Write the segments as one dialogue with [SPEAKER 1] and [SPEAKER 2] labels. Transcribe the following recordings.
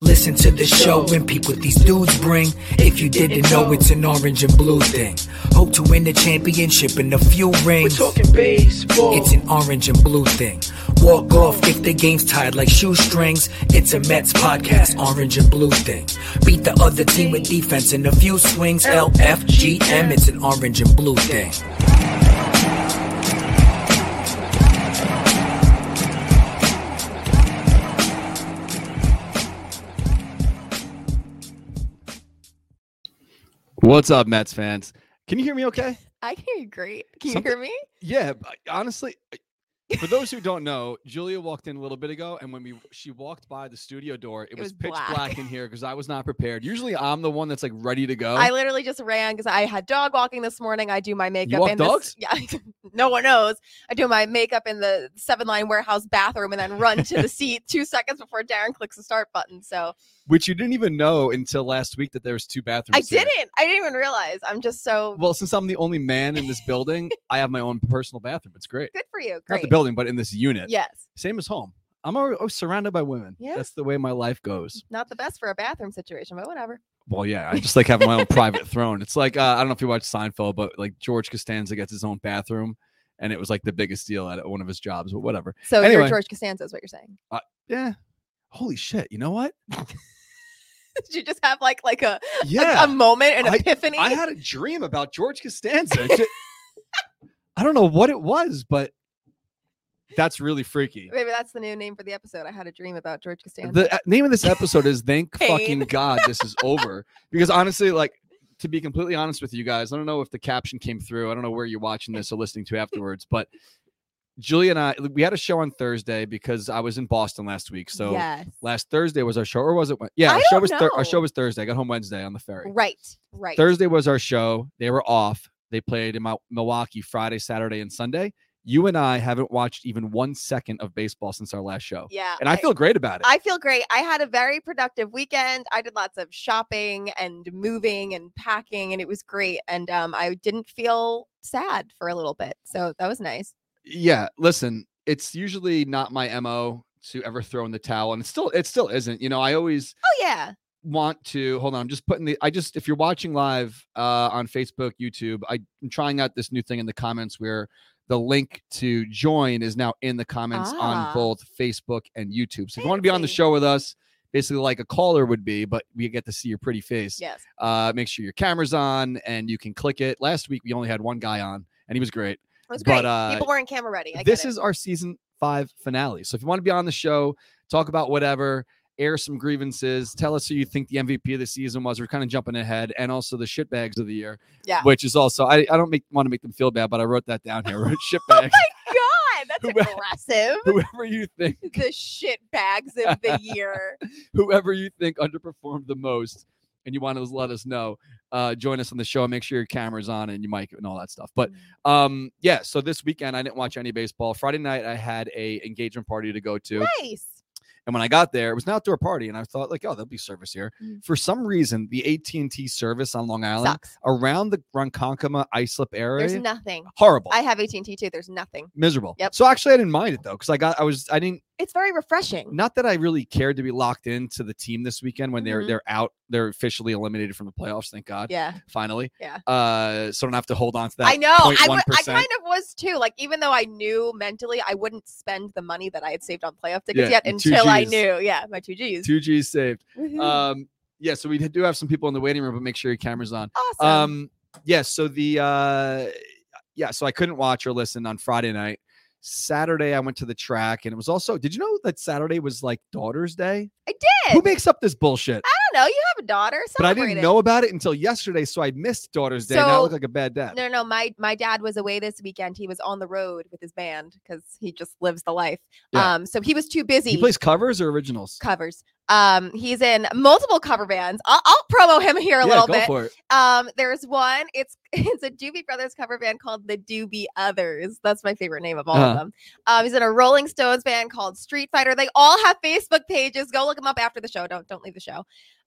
[SPEAKER 1] listen to the show and peep what these dudes bring. If you didn't know, it's an orange and blue thing. Hope to win the championship in a few rings. It's an orange and blue thing. Walk off if the game's tied like shoestrings. It's a Mets podcast, orange and blue thing. Beat the other team with defense in a few swings. LFGM, it's an orange and blue thing.
[SPEAKER 2] What's up, Mets fans? Can you hear me okay?
[SPEAKER 3] I can hear you great. Can you
[SPEAKER 2] Something-
[SPEAKER 3] hear me?
[SPEAKER 2] Yeah, but honestly, I- for those who don't know, Julia walked in a little bit ago, and when we she walked by the studio door, it, was,
[SPEAKER 3] was
[SPEAKER 2] pitch black.
[SPEAKER 3] black.
[SPEAKER 2] in here because I was not prepared. Usually, I'm the one that's like ready to go.
[SPEAKER 3] I literally just ran because I had dog walking this morning. I do my makeup
[SPEAKER 2] walk
[SPEAKER 3] in
[SPEAKER 2] dogs?
[SPEAKER 3] this. Yeah, no one knows. I do my makeup in the seven line warehouse bathroom and then run to the seat two seconds before Darren clicks the start button. So
[SPEAKER 2] which you didn't even know until last week that there was two bathrooms.
[SPEAKER 3] I
[SPEAKER 2] here.
[SPEAKER 3] didn't. I didn't even realize. I'm just so
[SPEAKER 2] Well, since I'm the only man in this building, I have my own personal bathroom. It's great.
[SPEAKER 3] good for you.
[SPEAKER 2] Not
[SPEAKER 3] Great.
[SPEAKER 2] the building, but in this unit.
[SPEAKER 3] Yes.
[SPEAKER 2] Same as home. I'm always always surrounded by women.
[SPEAKER 3] Yeah.
[SPEAKER 2] That's the way my life goes.
[SPEAKER 3] Not the best for a bathroom situation, but whatever.
[SPEAKER 2] Well, yeah, I just like having my own private throne. It's like uh, I don't know if you watch Seinfeld, but like George Costanza gets his own bathroom, and it was like the biggest deal at one of his jobs. But whatever.
[SPEAKER 3] So
[SPEAKER 2] Anyway.
[SPEAKER 3] you're George Costanza is what you're saying.
[SPEAKER 2] Yeah. Holy shit! You know what?
[SPEAKER 3] Did you just have like like a, a- a,
[SPEAKER 2] Yeah,
[SPEAKER 3] moment, an
[SPEAKER 2] I-
[SPEAKER 3] epiphany?
[SPEAKER 2] I had a dream about George Costanza. Ju- I don't know what it was, but that's really freaky.
[SPEAKER 3] Maybe that's the new name for the episode. I had a dream about George Costanza.
[SPEAKER 2] The uh, name of this episode is "Thank
[SPEAKER 3] Pain.
[SPEAKER 2] Fucking God This Is Over" because honestly, like to be completely honest with you guys, I don't know if the caption came through. I don't know where you're watching this or listening to afterwards, but Julie and I we had a show on Thursday because I was in Boston last week. So
[SPEAKER 3] yes.
[SPEAKER 2] last Thursday was our show, or was it? Wed- Yeah,
[SPEAKER 3] I
[SPEAKER 2] our show
[SPEAKER 3] don't
[SPEAKER 2] was Thur- our show
[SPEAKER 3] know.
[SPEAKER 2] was Thursday. I got home Wednesday on the ferry.
[SPEAKER 3] Right. Right.
[SPEAKER 2] Thursday was our show. They were off. They played in Mil- Milwaukee Friday, Saturday, and Sunday. You and I haven't watched even one second of baseball since our last show.
[SPEAKER 3] Yeah.
[SPEAKER 2] And I feel great about it.
[SPEAKER 3] I feel great. I had a very productive weekend. I did lots of shopping and moving and packing, and it was great. And um, I didn't feel sad for a little bit, so that was nice.
[SPEAKER 2] yeah listen it's usually not my mo to ever throw in the towel and it still it still isn't you know i always
[SPEAKER 3] Oh yeah,
[SPEAKER 2] want to hold on i'm just putting the i just if you're watching live uh on facebook youtube I, i'm trying out this new thing in the comments where the link to join is now in the comments
[SPEAKER 3] Ah.
[SPEAKER 2] on both facebook and youtube so if you want to be on the
[SPEAKER 3] Fancy.
[SPEAKER 2] show with us basically like a caller would be but we get to see your pretty face
[SPEAKER 3] yes.
[SPEAKER 2] uh make sure your camera's on and you can click it last week we only had one guy on and he was great
[SPEAKER 3] It was
[SPEAKER 2] But,
[SPEAKER 3] great.
[SPEAKER 2] uh,
[SPEAKER 3] People weren't camera ready. I get
[SPEAKER 2] this
[SPEAKER 3] it.
[SPEAKER 2] is our season five finale. So if you want to be on the show, talk about whatever, air some grievances, tell us who you think the MVP of the season was. We're kind of jumping ahead, and also the shitbags of the year,
[SPEAKER 3] yeah.
[SPEAKER 2] which is also I, I don't make, want to make them feel bad, but I wrote that down here. shitbags,
[SPEAKER 3] God, that's
[SPEAKER 2] Who-
[SPEAKER 3] aggressive.
[SPEAKER 2] whoever you think,
[SPEAKER 3] the shit bags of the year.
[SPEAKER 2] whoever you think underperformed the most. And you want to let us know, uh, join us on the show. Make sure your camera's on and your mic and all that stuff. But
[SPEAKER 3] Mm.
[SPEAKER 2] um, yeah, so this weekend I didn't watch any baseball. Friday night I had a engagement party to go to.
[SPEAKER 3] nice.
[SPEAKER 2] And when I got there, it was an outdoor party, and I thought like, oh, there'll be service here.
[SPEAKER 3] Mm.
[SPEAKER 2] For some reason, the AT and T service on Long Island
[SPEAKER 3] Sucks.
[SPEAKER 2] around the Ronkonkoma Islip area,
[SPEAKER 3] There's nothing.
[SPEAKER 2] horrible,
[SPEAKER 3] I have AT and T too. There's nothing.
[SPEAKER 2] miserable.
[SPEAKER 3] Yep.
[SPEAKER 2] So actually, I didn't mind it though, because I got, I was, I didn't,
[SPEAKER 3] It's very refreshing.
[SPEAKER 2] not that I really cared to be locked into the team this weekend when they're
[SPEAKER 3] Mhm.
[SPEAKER 2] they're out, they're officially eliminated from the playoffs. Thank God,
[SPEAKER 3] Yeah.
[SPEAKER 2] finally.
[SPEAKER 3] Yeah.
[SPEAKER 2] Uh, so I don't have to hold on to that.
[SPEAKER 3] I know. I, w- I
[SPEAKER 2] 0.1%.
[SPEAKER 3] kind of was too. Like, even though I knew mentally I wouldn't spend the money that I had saved on playoff tickets
[SPEAKER 2] Yeah,
[SPEAKER 3] yet
[SPEAKER 2] your two
[SPEAKER 3] until I
[SPEAKER 2] Gs.
[SPEAKER 3] knew. Yeah, my two G's. Mm-hmm.
[SPEAKER 2] Two G's saved.
[SPEAKER 3] Woohoo.
[SPEAKER 2] Um, yeah. So we do have some people in the waiting room, but make sure your camera's on.
[SPEAKER 3] awesome.
[SPEAKER 2] Um, yeah, so the uh yeah, so I couldn't watch or listen on Friday night. Saturday I went to the track and it was also did you know that Saturday was like daughter's day?
[SPEAKER 3] I
[SPEAKER 2] Who
[SPEAKER 3] did.
[SPEAKER 2] makes up this bullshit?
[SPEAKER 3] I don't know. You have a daughter.
[SPEAKER 2] But I
[SPEAKER 3] celebrate
[SPEAKER 2] didn't
[SPEAKER 3] it.
[SPEAKER 2] know about it until yesterday, so I missed daughter's day. now I look
[SPEAKER 3] So-
[SPEAKER 2] like a bad dad.
[SPEAKER 3] No, no, my my dad was away this weekend. He was on the road with his band because he just lives the life.
[SPEAKER 2] Yeah.
[SPEAKER 3] Um, so he was too busy.
[SPEAKER 2] he plays covers or originals?
[SPEAKER 3] covers. Um, he's in multiple cover bands. I'll, I'll promo him here a
[SPEAKER 2] yeah,
[SPEAKER 3] little
[SPEAKER 2] go
[SPEAKER 3] bit.
[SPEAKER 2] for it.
[SPEAKER 3] Um, there's one. It's it's a Doobie Brothers cover band called the Doobie Others. That's my favorite name of all
[SPEAKER 2] Uh-huh.
[SPEAKER 3] of them. Um, he's in a Rolling Stones band called Street Fighter. They all have Facebook pages. Go look them up after the show. Don't don't leave the show.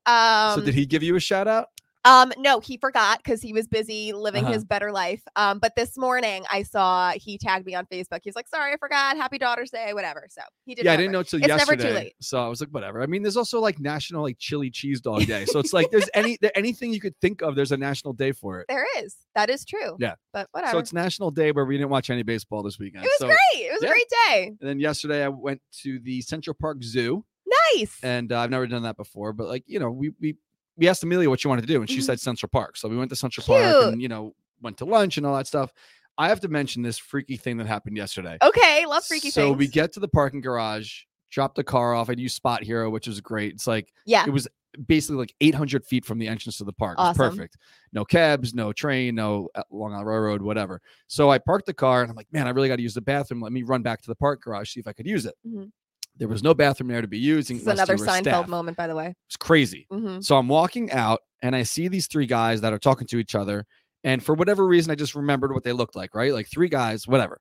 [SPEAKER 3] Um,
[SPEAKER 2] so did he give you a shout out?
[SPEAKER 3] Um, no, he forgot because he was busy living
[SPEAKER 2] Uh-huh.
[SPEAKER 3] his better life. Um, but this morning I saw he tagged me on Facebook. He's like, "Sorry, I forgot. Happy Daughter's Day, whatever." So he did.
[SPEAKER 2] yeah, I
[SPEAKER 3] remember.
[SPEAKER 2] didn't know till
[SPEAKER 3] It's never too
[SPEAKER 2] yesterday.
[SPEAKER 3] late.
[SPEAKER 2] So I was like, whatever. I mean, there's also like National like Chili Cheese Dog Day. So it's like there's any there, anything you could think of. There's a national day for it.
[SPEAKER 3] There is. That is true.
[SPEAKER 2] Yeah.
[SPEAKER 3] But whatever.
[SPEAKER 2] So it's National Day where we didn't watch any baseball this weekend.
[SPEAKER 3] it was
[SPEAKER 2] so,
[SPEAKER 3] great. It was
[SPEAKER 2] yeah.
[SPEAKER 3] a great day.
[SPEAKER 2] And then yesterday I went to the Central Park Zoo,
[SPEAKER 3] Nice.
[SPEAKER 2] and uh, I've never done that before. But like you know, we we we asked Amelia what she wanted to do, and she
[SPEAKER 3] Mhm.
[SPEAKER 2] said Central Park. So we went to Central Park,
[SPEAKER 3] Cute.
[SPEAKER 2] and you know, went to lunch and all that stuff. I have to mention this freaky thing that happened yesterday.
[SPEAKER 3] okay. Oh, Love freaky
[SPEAKER 2] so
[SPEAKER 3] things.
[SPEAKER 2] we get to the parking garage, drop the car off. I use Spot Hero, which is great. It's like
[SPEAKER 3] yeah.
[SPEAKER 2] it was basically like 800 feet from the entrance to the park. It was
[SPEAKER 3] Awesome.
[SPEAKER 2] perfect. No cabs, no train, no uh, Long Island Railroad, whatever. So I parked the car and I'm like, man, I really got to use the bathroom. Let me run back to the park garage, see if I could use it.
[SPEAKER 3] Mhm.
[SPEAKER 2] There was no bathroom there to be used.
[SPEAKER 3] This is
[SPEAKER 2] unless you
[SPEAKER 3] another
[SPEAKER 2] were
[SPEAKER 3] Seinfeld
[SPEAKER 2] staff.
[SPEAKER 3] moment, by the way.
[SPEAKER 2] It's crazy.
[SPEAKER 3] hmm
[SPEAKER 2] So I'm walking out and I see these three guys that are talking to each other. And for whatever reason, I just remembered what they looked like, right? Like three guys, whatever.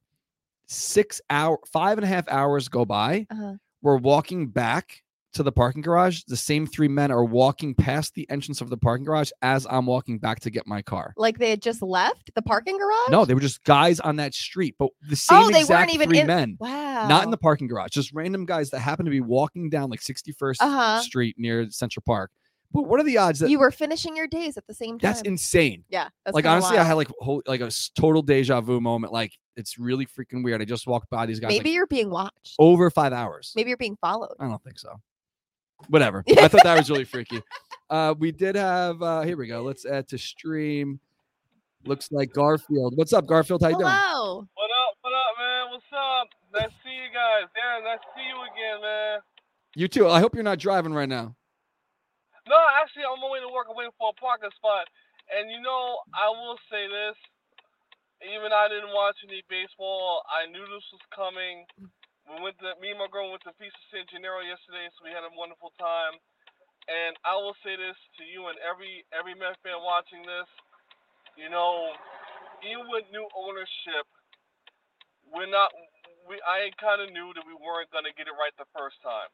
[SPEAKER 2] Six hour, five and a half hours go by
[SPEAKER 3] Uh-huh.
[SPEAKER 2] we're walking back to the parking garage. The same three men are walking past the entrance of the parking garage as I'm walking back to get my car.
[SPEAKER 3] Like they had just left the parking garage.
[SPEAKER 2] No, they were just guys on that street, but the same
[SPEAKER 3] Oh, they weren't
[SPEAKER 2] exact
[SPEAKER 3] even
[SPEAKER 2] three
[SPEAKER 3] in- Oh.
[SPEAKER 2] men,
[SPEAKER 3] Wow.
[SPEAKER 2] not in the parking garage, just random guys that happen to be walking down like 61st
[SPEAKER 3] Uh-huh.
[SPEAKER 2] Street near Central Park. But what are the odds that
[SPEAKER 3] you were finishing your days at the same time.
[SPEAKER 2] that's insane?
[SPEAKER 3] yeah. That's
[SPEAKER 2] like
[SPEAKER 3] kinda
[SPEAKER 2] honestly, I
[SPEAKER 3] wild.
[SPEAKER 2] had like whole, like a s- total deja vu moment. Like it's really freaking weird. I just walked by these guys like, Oh,
[SPEAKER 3] Maybe you're being watched.
[SPEAKER 2] over five hours.
[SPEAKER 3] Maybe you're being followed.
[SPEAKER 2] I don't think so. Whatever. I thought that was really freaky. Uh, we did have. Uh, here we go. Let's add to stream. Looks like Garfield. What's up, Garfield? How you doing?
[SPEAKER 3] Hello.
[SPEAKER 4] What up? What up, man? What's up? Nice to see you guys. Damn, nice to see you again, man.
[SPEAKER 2] You too. I hope you're not driving right now.
[SPEAKER 4] No, actually, I'm on my way to work. I'm waiting for a parking spot. And you know, I will say this. Even I didn't watch any baseball. I knew this was coming. We went to me and my girl went to Feast of San Janeiro yesterday, so we had a wonderful time. And I will say this to you and every every Met fan watching this. You know, even with new ownership, we're not. We I kind of knew that we weren't gonna get it right the first time.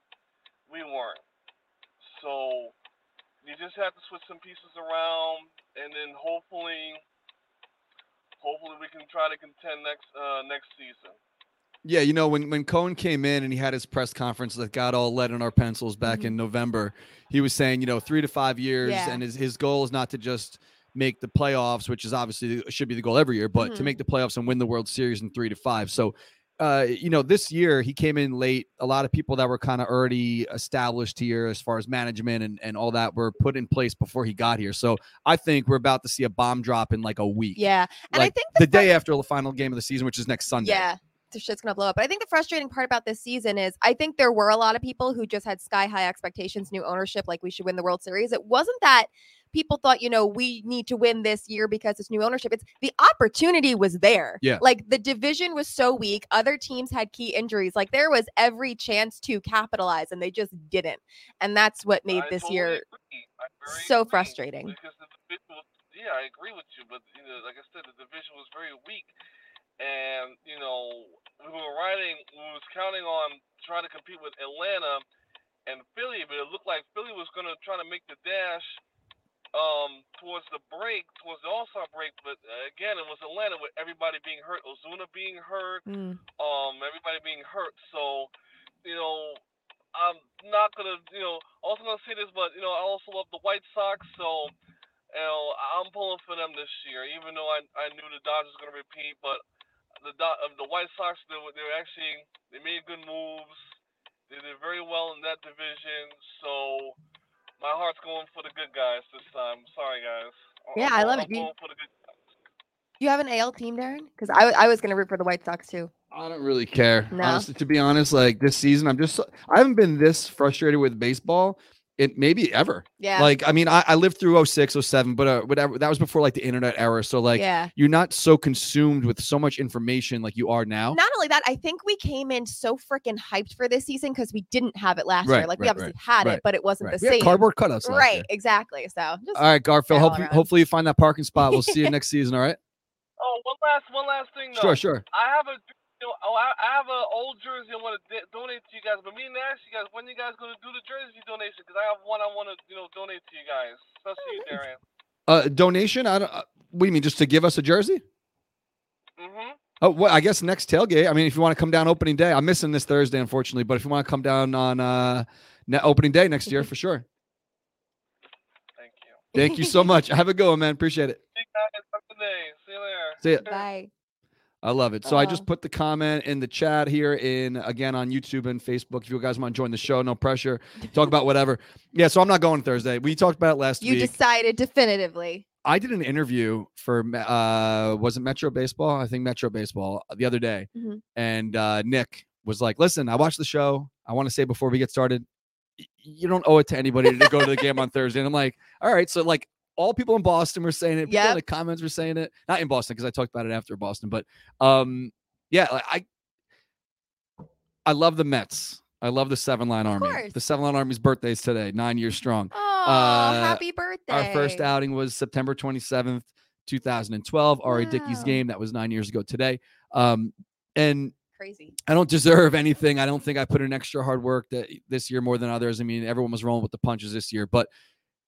[SPEAKER 4] We weren't. So you just have to switch some pieces around, and then hopefully, hopefully we can try to contend next uh, next season.
[SPEAKER 2] Yeah, you know when when Cohen came in and he had his press conference that got all lead in our pencils back in November, he was saying you know three to five years,
[SPEAKER 3] Mm-hmm. Yeah.
[SPEAKER 2] and his his goal is not to just make the playoffs, which is obviously should be the goal every year, but to
[SPEAKER 3] Mhm.
[SPEAKER 2] make the playoffs and win the World Series in three to five. So. Uh, you know, this year he came in late. A lot of people that were kind of already established here as far as management and, and all that were put in place before he got here. So I think we're about to see a bomb drop in like a week.
[SPEAKER 3] Yeah. And
[SPEAKER 2] Like,
[SPEAKER 3] I think
[SPEAKER 2] the
[SPEAKER 3] the fun-
[SPEAKER 2] day after the final game of the season, which is next Sunday.
[SPEAKER 3] Yeah. The shit's gonna blow up. But I think the frustrating part about this season is I think there were a lot of people who just had sky high expectations, new ownership, like we should win the World Series. It wasn't that people thought, you know, we need to win this year because it's new ownership. It's the opportunity was there.
[SPEAKER 2] Yeah.
[SPEAKER 3] Like the division was so weak. Other teams had key injuries. Like there was every chance to capitalize and they just didn't. And that's what made
[SPEAKER 4] I
[SPEAKER 3] this
[SPEAKER 4] totally
[SPEAKER 3] year
[SPEAKER 4] agree. I very
[SPEAKER 3] so
[SPEAKER 4] agree,
[SPEAKER 3] frustrating.
[SPEAKER 4] Because the division was, yeah, I agree with you, but you know, like I said, the division was very weak, and you know, we were riding, we was counting on trying to compete with Atlanta and Philly, but it looked like Philly was gonna try to make the dash um towards the break, towards the All Star break, but uh, again, it was Atlanta with everybody being hurt, Ozuna being hurt
[SPEAKER 3] Mm.
[SPEAKER 4] um everybody being hurt. So, you know, I'm not gonna you know also gonna say this, but you know I also love the White Sox, so you know I'm pulling for them this year, even though I I knew the Dodgers were gonna repeat, but the Do- uh, the White Sox they were they were actually they made good moves, they did very well in that division, so. My heart's going for the good guys this time. Sorry, guys. I'm-
[SPEAKER 3] Yeah,
[SPEAKER 4] I'm
[SPEAKER 3] I
[SPEAKER 4] go-
[SPEAKER 3] love it.
[SPEAKER 4] I'm
[SPEAKER 3] You-
[SPEAKER 4] going for the good guys.
[SPEAKER 3] Do you have an AL team, Darren? Because I, w- I was gonna root for the White Sox too.
[SPEAKER 2] I don't really care.
[SPEAKER 3] No?
[SPEAKER 2] Honestly, to be honest, like this season, I'm just so- I haven't been this frustrated with baseball. It maybe ever.
[SPEAKER 3] Yeah.
[SPEAKER 2] Like, I mean, I, I lived through 06, 07, but uh, whatever that was before like the internet era. So like
[SPEAKER 3] yeah.
[SPEAKER 2] you're not so consumed with so much information like you are now.
[SPEAKER 3] Not only that, I think we came in so freaking hyped for this season because we didn't have it last
[SPEAKER 2] Right,
[SPEAKER 3] year. Like we
[SPEAKER 2] right,
[SPEAKER 3] obviously had
[SPEAKER 2] right,
[SPEAKER 3] it, but it wasn't
[SPEAKER 2] Right.
[SPEAKER 3] the
[SPEAKER 2] We had
[SPEAKER 3] same.
[SPEAKER 2] cardboard cutouts. last year.
[SPEAKER 3] right, exactly. So just
[SPEAKER 2] All right, Garfield.
[SPEAKER 3] all
[SPEAKER 2] Hope you,
[SPEAKER 3] around.
[SPEAKER 2] hopefully you find that parking spot. We'll see you next season. All right.
[SPEAKER 4] Oh, one last, one last thing though.
[SPEAKER 2] Sure, sure.
[SPEAKER 4] I have a you know, oh, I, I have an old jersey I want to de- donate to you guys. But me and Ash, you guys, when you guys gonna do the jersey donation? Because I have one I want to you know donate to you guys, especially you, Darian.
[SPEAKER 2] Uh, uh, donation? I don't. Uh, what do you mean? Just to give us a jersey?
[SPEAKER 4] Mm-hmm.
[SPEAKER 2] Oh, well, I guess next tailgate. I mean, if you want to come down opening day, I'm missing this Thursday, unfortunately. But if you want to come down on uh, ne- opening day next year, for sure.
[SPEAKER 4] Thank you.
[SPEAKER 2] Thank you so much. Have a good one, man. Appreciate it.
[SPEAKER 4] See you guys. Have a good day. See you later.
[SPEAKER 2] See ya.
[SPEAKER 3] Bye.
[SPEAKER 2] I love it. So I just
[SPEAKER 3] Uh-huh.
[SPEAKER 2] put the comment in the chat here in again on YouTube and Facebook. If you guys want to join the show, no pressure. Talk about whatever. Yeah, so I'm not going Thursday. We talked about it last
[SPEAKER 3] You
[SPEAKER 2] week.
[SPEAKER 3] decided definitively.
[SPEAKER 2] I did an interview for Me- uh was it Metro Baseball? I think Metro Baseball uh, the other day.
[SPEAKER 3] Mhm.
[SPEAKER 2] And uh Nick was like, "Listen, I watched the show. I want to say before we get started, y- you don't owe it to anybody to go to the game on Thursday." And I'm like, "All right, so like all people in Boston were saying it. People in
[SPEAKER 3] Yep.
[SPEAKER 2] the comments were saying it. Not in Boston because I talked about it after Boston, but um yeah, like, I I love the Mets. I love the Seven Line Army.
[SPEAKER 3] course.
[SPEAKER 2] The Seven Line Army's birthday is today, 9 years strong.
[SPEAKER 3] Oh,
[SPEAKER 2] Uh,
[SPEAKER 3] happy birthday.
[SPEAKER 2] Our first outing was September 27th, 2012. Ari Dickey's
[SPEAKER 3] Wow.
[SPEAKER 2] game. That was nine years ago today. Um, and
[SPEAKER 3] Crazy.
[SPEAKER 2] I don't deserve anything. I don't think I put in extra hard work that this year more than others. I mean, everyone was rolling with the punches this year. But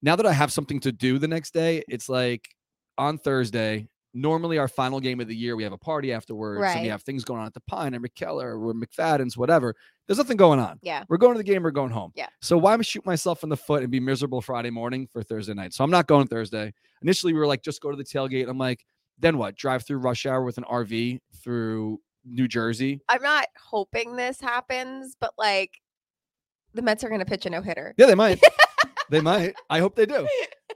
[SPEAKER 2] now that I have something to do the next day, it's like on Thursday, normally our final game of the year, we have a party afterwards and we
[SPEAKER 3] Right.
[SPEAKER 2] have things going on at the Pine or McKellar or McFadden's, whatever. There's nothing going on.
[SPEAKER 3] Yeah.
[SPEAKER 2] We're going to the game, we're going home.
[SPEAKER 3] Yeah.
[SPEAKER 2] So why am I shoot myself in the foot and be miserable Friday morning for Thursday night? So I'm not going Thursday. Initially, we were like, just go to the tailgate. I'm like, then what? Drive through rush hour with an RV through New Jersey.
[SPEAKER 3] I'm not hoping this happens, but like the Mets are going to pitch a no hitter.
[SPEAKER 2] Yeah, they might. they might. I hope they do.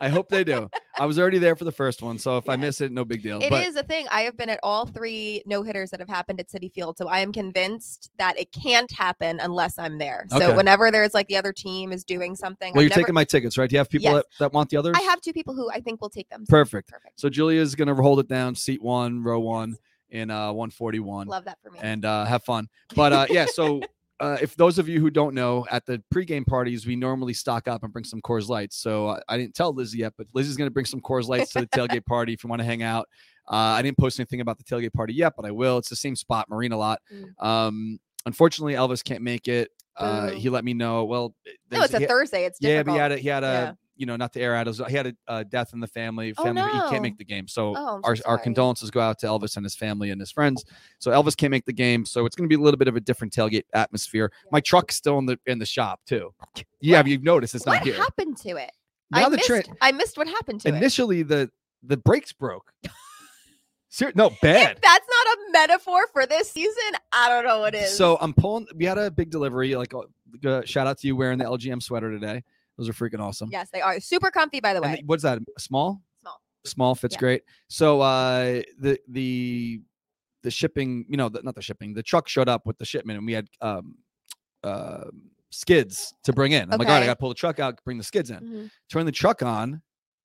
[SPEAKER 2] I hope they do. I was already there for the first one, so if I
[SPEAKER 3] Yeah.
[SPEAKER 2] miss it, no big deal.
[SPEAKER 3] It is
[SPEAKER 2] but
[SPEAKER 3] a thing. I have been at all three no hitters that have happened at City Field, so I am convinced that it can't happen unless I'm there.
[SPEAKER 2] Okay.
[SPEAKER 3] So whenever there's like the other team is doing something,
[SPEAKER 2] well,
[SPEAKER 3] I've
[SPEAKER 2] you're
[SPEAKER 3] never-
[SPEAKER 2] taking my tickets, right? Do you have people
[SPEAKER 3] Yes.
[SPEAKER 2] that, that want the others?
[SPEAKER 3] I have two people who I think will take them. so
[SPEAKER 2] Perfect.
[SPEAKER 3] Perfect.
[SPEAKER 2] So Julia's gonna hold it down, seat one, row one, in uh 141.
[SPEAKER 3] Love that for me.
[SPEAKER 2] and uh, have fun. But uh, yeah, so uh, if those of you who don't know, at the pregame parties, we normally stock up and bring some Coors Lights. So uh, I didn't tell Lizzie yet, but Lizzie's going to bring some Coors Lights to the tailgate party if you want to hang out. Uh, I didn't post anything about the tailgate party yet, but I will. It's the same spot, Marina Lot.
[SPEAKER 3] Mm.
[SPEAKER 2] Um, unfortunately, Elvis can't make it. Uh,
[SPEAKER 3] Boo.
[SPEAKER 2] he let me know. Well,
[SPEAKER 3] no, it's a
[SPEAKER 2] he-
[SPEAKER 3] Thursday. It's
[SPEAKER 2] yeah,
[SPEAKER 3] difficult.
[SPEAKER 2] but he had a, he had a
[SPEAKER 3] Yeah.
[SPEAKER 2] you know not to air out. His, he had a uh, death in the family.
[SPEAKER 3] Oh,
[SPEAKER 2] Family, he
[SPEAKER 3] no.
[SPEAKER 2] can't make the game. So
[SPEAKER 3] Oh, I'm so
[SPEAKER 2] our our
[SPEAKER 3] sorry.
[SPEAKER 2] condolences go out to Elvis and his family and his friends. So Elvis can't make the game. So it's going to be a little bit of a different tailgate atmosphere. My truck's still in the in the shop too. Yeah, you've noticed it's
[SPEAKER 3] what
[SPEAKER 2] not here.
[SPEAKER 3] happened to it?
[SPEAKER 2] Now
[SPEAKER 3] I
[SPEAKER 2] the
[SPEAKER 3] missed,
[SPEAKER 2] tra-
[SPEAKER 3] I missed what happened to it.
[SPEAKER 2] initially the the brakes broke. Ser- no, bad.
[SPEAKER 3] If that's not a metaphor for this season, I don't know what is.
[SPEAKER 2] So um, I'm pulling. We had a big delivery. Like, uh, uh, shout out to you wearing the LGM sweater today. Those are freaking awesome.
[SPEAKER 3] yes, they are super comfy, by the
[SPEAKER 2] And
[SPEAKER 3] way.
[SPEAKER 2] th- what's that? a Small?
[SPEAKER 3] Small.
[SPEAKER 2] Small fits
[SPEAKER 3] Yeah.
[SPEAKER 2] great. So uh the the the shipping, you know, the, not the shipping, the truck showed up with the shipment and we had um uh skids to bring in. I'm like, all right, I
[SPEAKER 3] Okay.
[SPEAKER 2] gotta pull the truck out, bring the skids in.
[SPEAKER 3] Mhm.
[SPEAKER 2] Turn the truck on,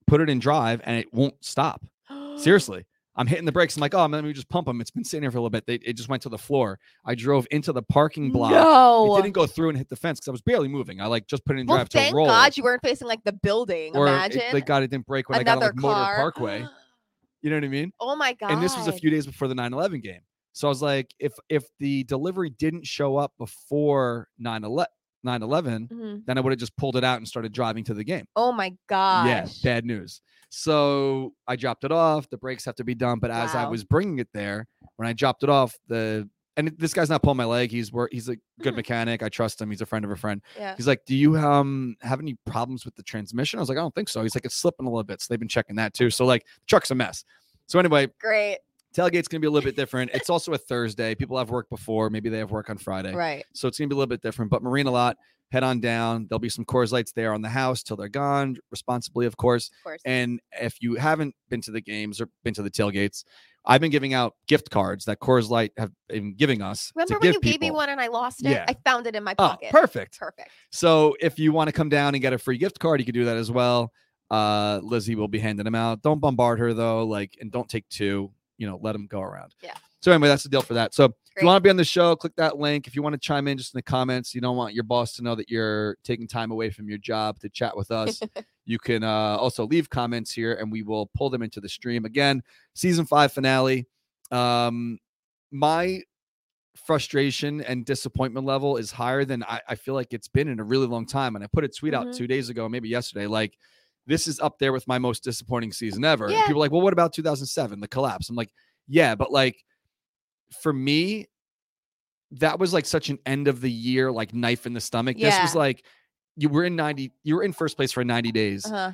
[SPEAKER 2] put it in drive, and it won't stop.
[SPEAKER 3] Mm-hmm.
[SPEAKER 2] Seriously. I'm hitting the brakes. I'm like, oh, man, let me just pump them. It's been sitting here for a little bit. They, it just went to the floor. I drove into the parking block.
[SPEAKER 3] No.
[SPEAKER 2] It didn't go through and hit the fence because I was barely moving. I like just put it in
[SPEAKER 3] well,
[SPEAKER 2] drive
[SPEAKER 3] thank
[SPEAKER 2] to roll
[SPEAKER 3] God you weren't facing like the building.
[SPEAKER 2] or
[SPEAKER 3] Imagine
[SPEAKER 2] It, like God, it didn't break when
[SPEAKER 3] another
[SPEAKER 2] I got on like,
[SPEAKER 3] car.
[SPEAKER 2] Motor Parkway. You know what I mean?
[SPEAKER 3] oh my God.
[SPEAKER 2] And this was a few days before the 9/11 game. So I was like, if if the delivery didn't show up before 9/11, 9/11
[SPEAKER 3] Mhm.
[SPEAKER 2] then I would have just pulled it out and started driving to the game.
[SPEAKER 3] Oh my gosh.
[SPEAKER 2] Yeah, bad news. So I dropped it off. The brakes have to be done. But as I
[SPEAKER 3] Wow.
[SPEAKER 2] was bringing it there, when I dropped it off, the and this guy's not pulling my leg. He's wor- he's a good
[SPEAKER 3] Mm.
[SPEAKER 2] mechanic. I trust him. He's a friend of a friend.
[SPEAKER 3] Yeah.
[SPEAKER 2] He's like, "Do you um have any problems with the transmission?" I was like, "I don't think so." He's like, "It's slipping a little bit." So they've been checking that too. So like, truck's a mess. So anyway,
[SPEAKER 3] Great.
[SPEAKER 2] tailgate's gonna be a little bit different. It's also a Thursday. People have work before. Maybe they have work on Friday.
[SPEAKER 3] Right.
[SPEAKER 2] So it's gonna be a little bit different. But Marina Lot, head on down. There'll be some Coors Lights there on the house till they're gone, responsibly, of course.
[SPEAKER 3] Of course.
[SPEAKER 2] And if you haven't been to the games or been to the tailgates, I've been giving out gift cards that Coors Light have been giving us. to
[SPEAKER 3] Remember when you
[SPEAKER 2] give
[SPEAKER 3] gave me
[SPEAKER 2] people.
[SPEAKER 3] one and I lost it?
[SPEAKER 2] Yeah.
[SPEAKER 3] I found it in my
[SPEAKER 2] Oh,
[SPEAKER 3] pocket.
[SPEAKER 2] perfect.
[SPEAKER 3] Perfect.
[SPEAKER 2] So if you want to come down and get a free gift card, you can do that as well. Uh, Lizzie will be handing them out. Don't bombard her though, like, and don't take two. You know, let them go around.
[SPEAKER 3] Yeah.
[SPEAKER 2] So anyway, that's the deal for that. So if
[SPEAKER 3] Great.
[SPEAKER 2] you want to be on the show, click that link. If you want to chime in just in the comments, you don't want your boss to know that you're taking time away from your job to chat with us. you can uh, also leave comments here, and we will pull them into the stream again. Season five finale. Um, my frustration and disappointment level is higher than I, I feel like it's been in a really long time. And I put a tweet out
[SPEAKER 3] Mhm.
[SPEAKER 2] two days ago, maybe yesterday, like this is up there with my most disappointing season ever. And
[SPEAKER 3] Yeah.
[SPEAKER 2] People are like, well, what about 2007, the collapse? I'm like, yeah, but like for me, that was like such an end of the year, like knife in the stomach. This was
[SPEAKER 3] Yeah.
[SPEAKER 2] like you were in 90, you were in first place for 90 days.
[SPEAKER 3] Uh-huh.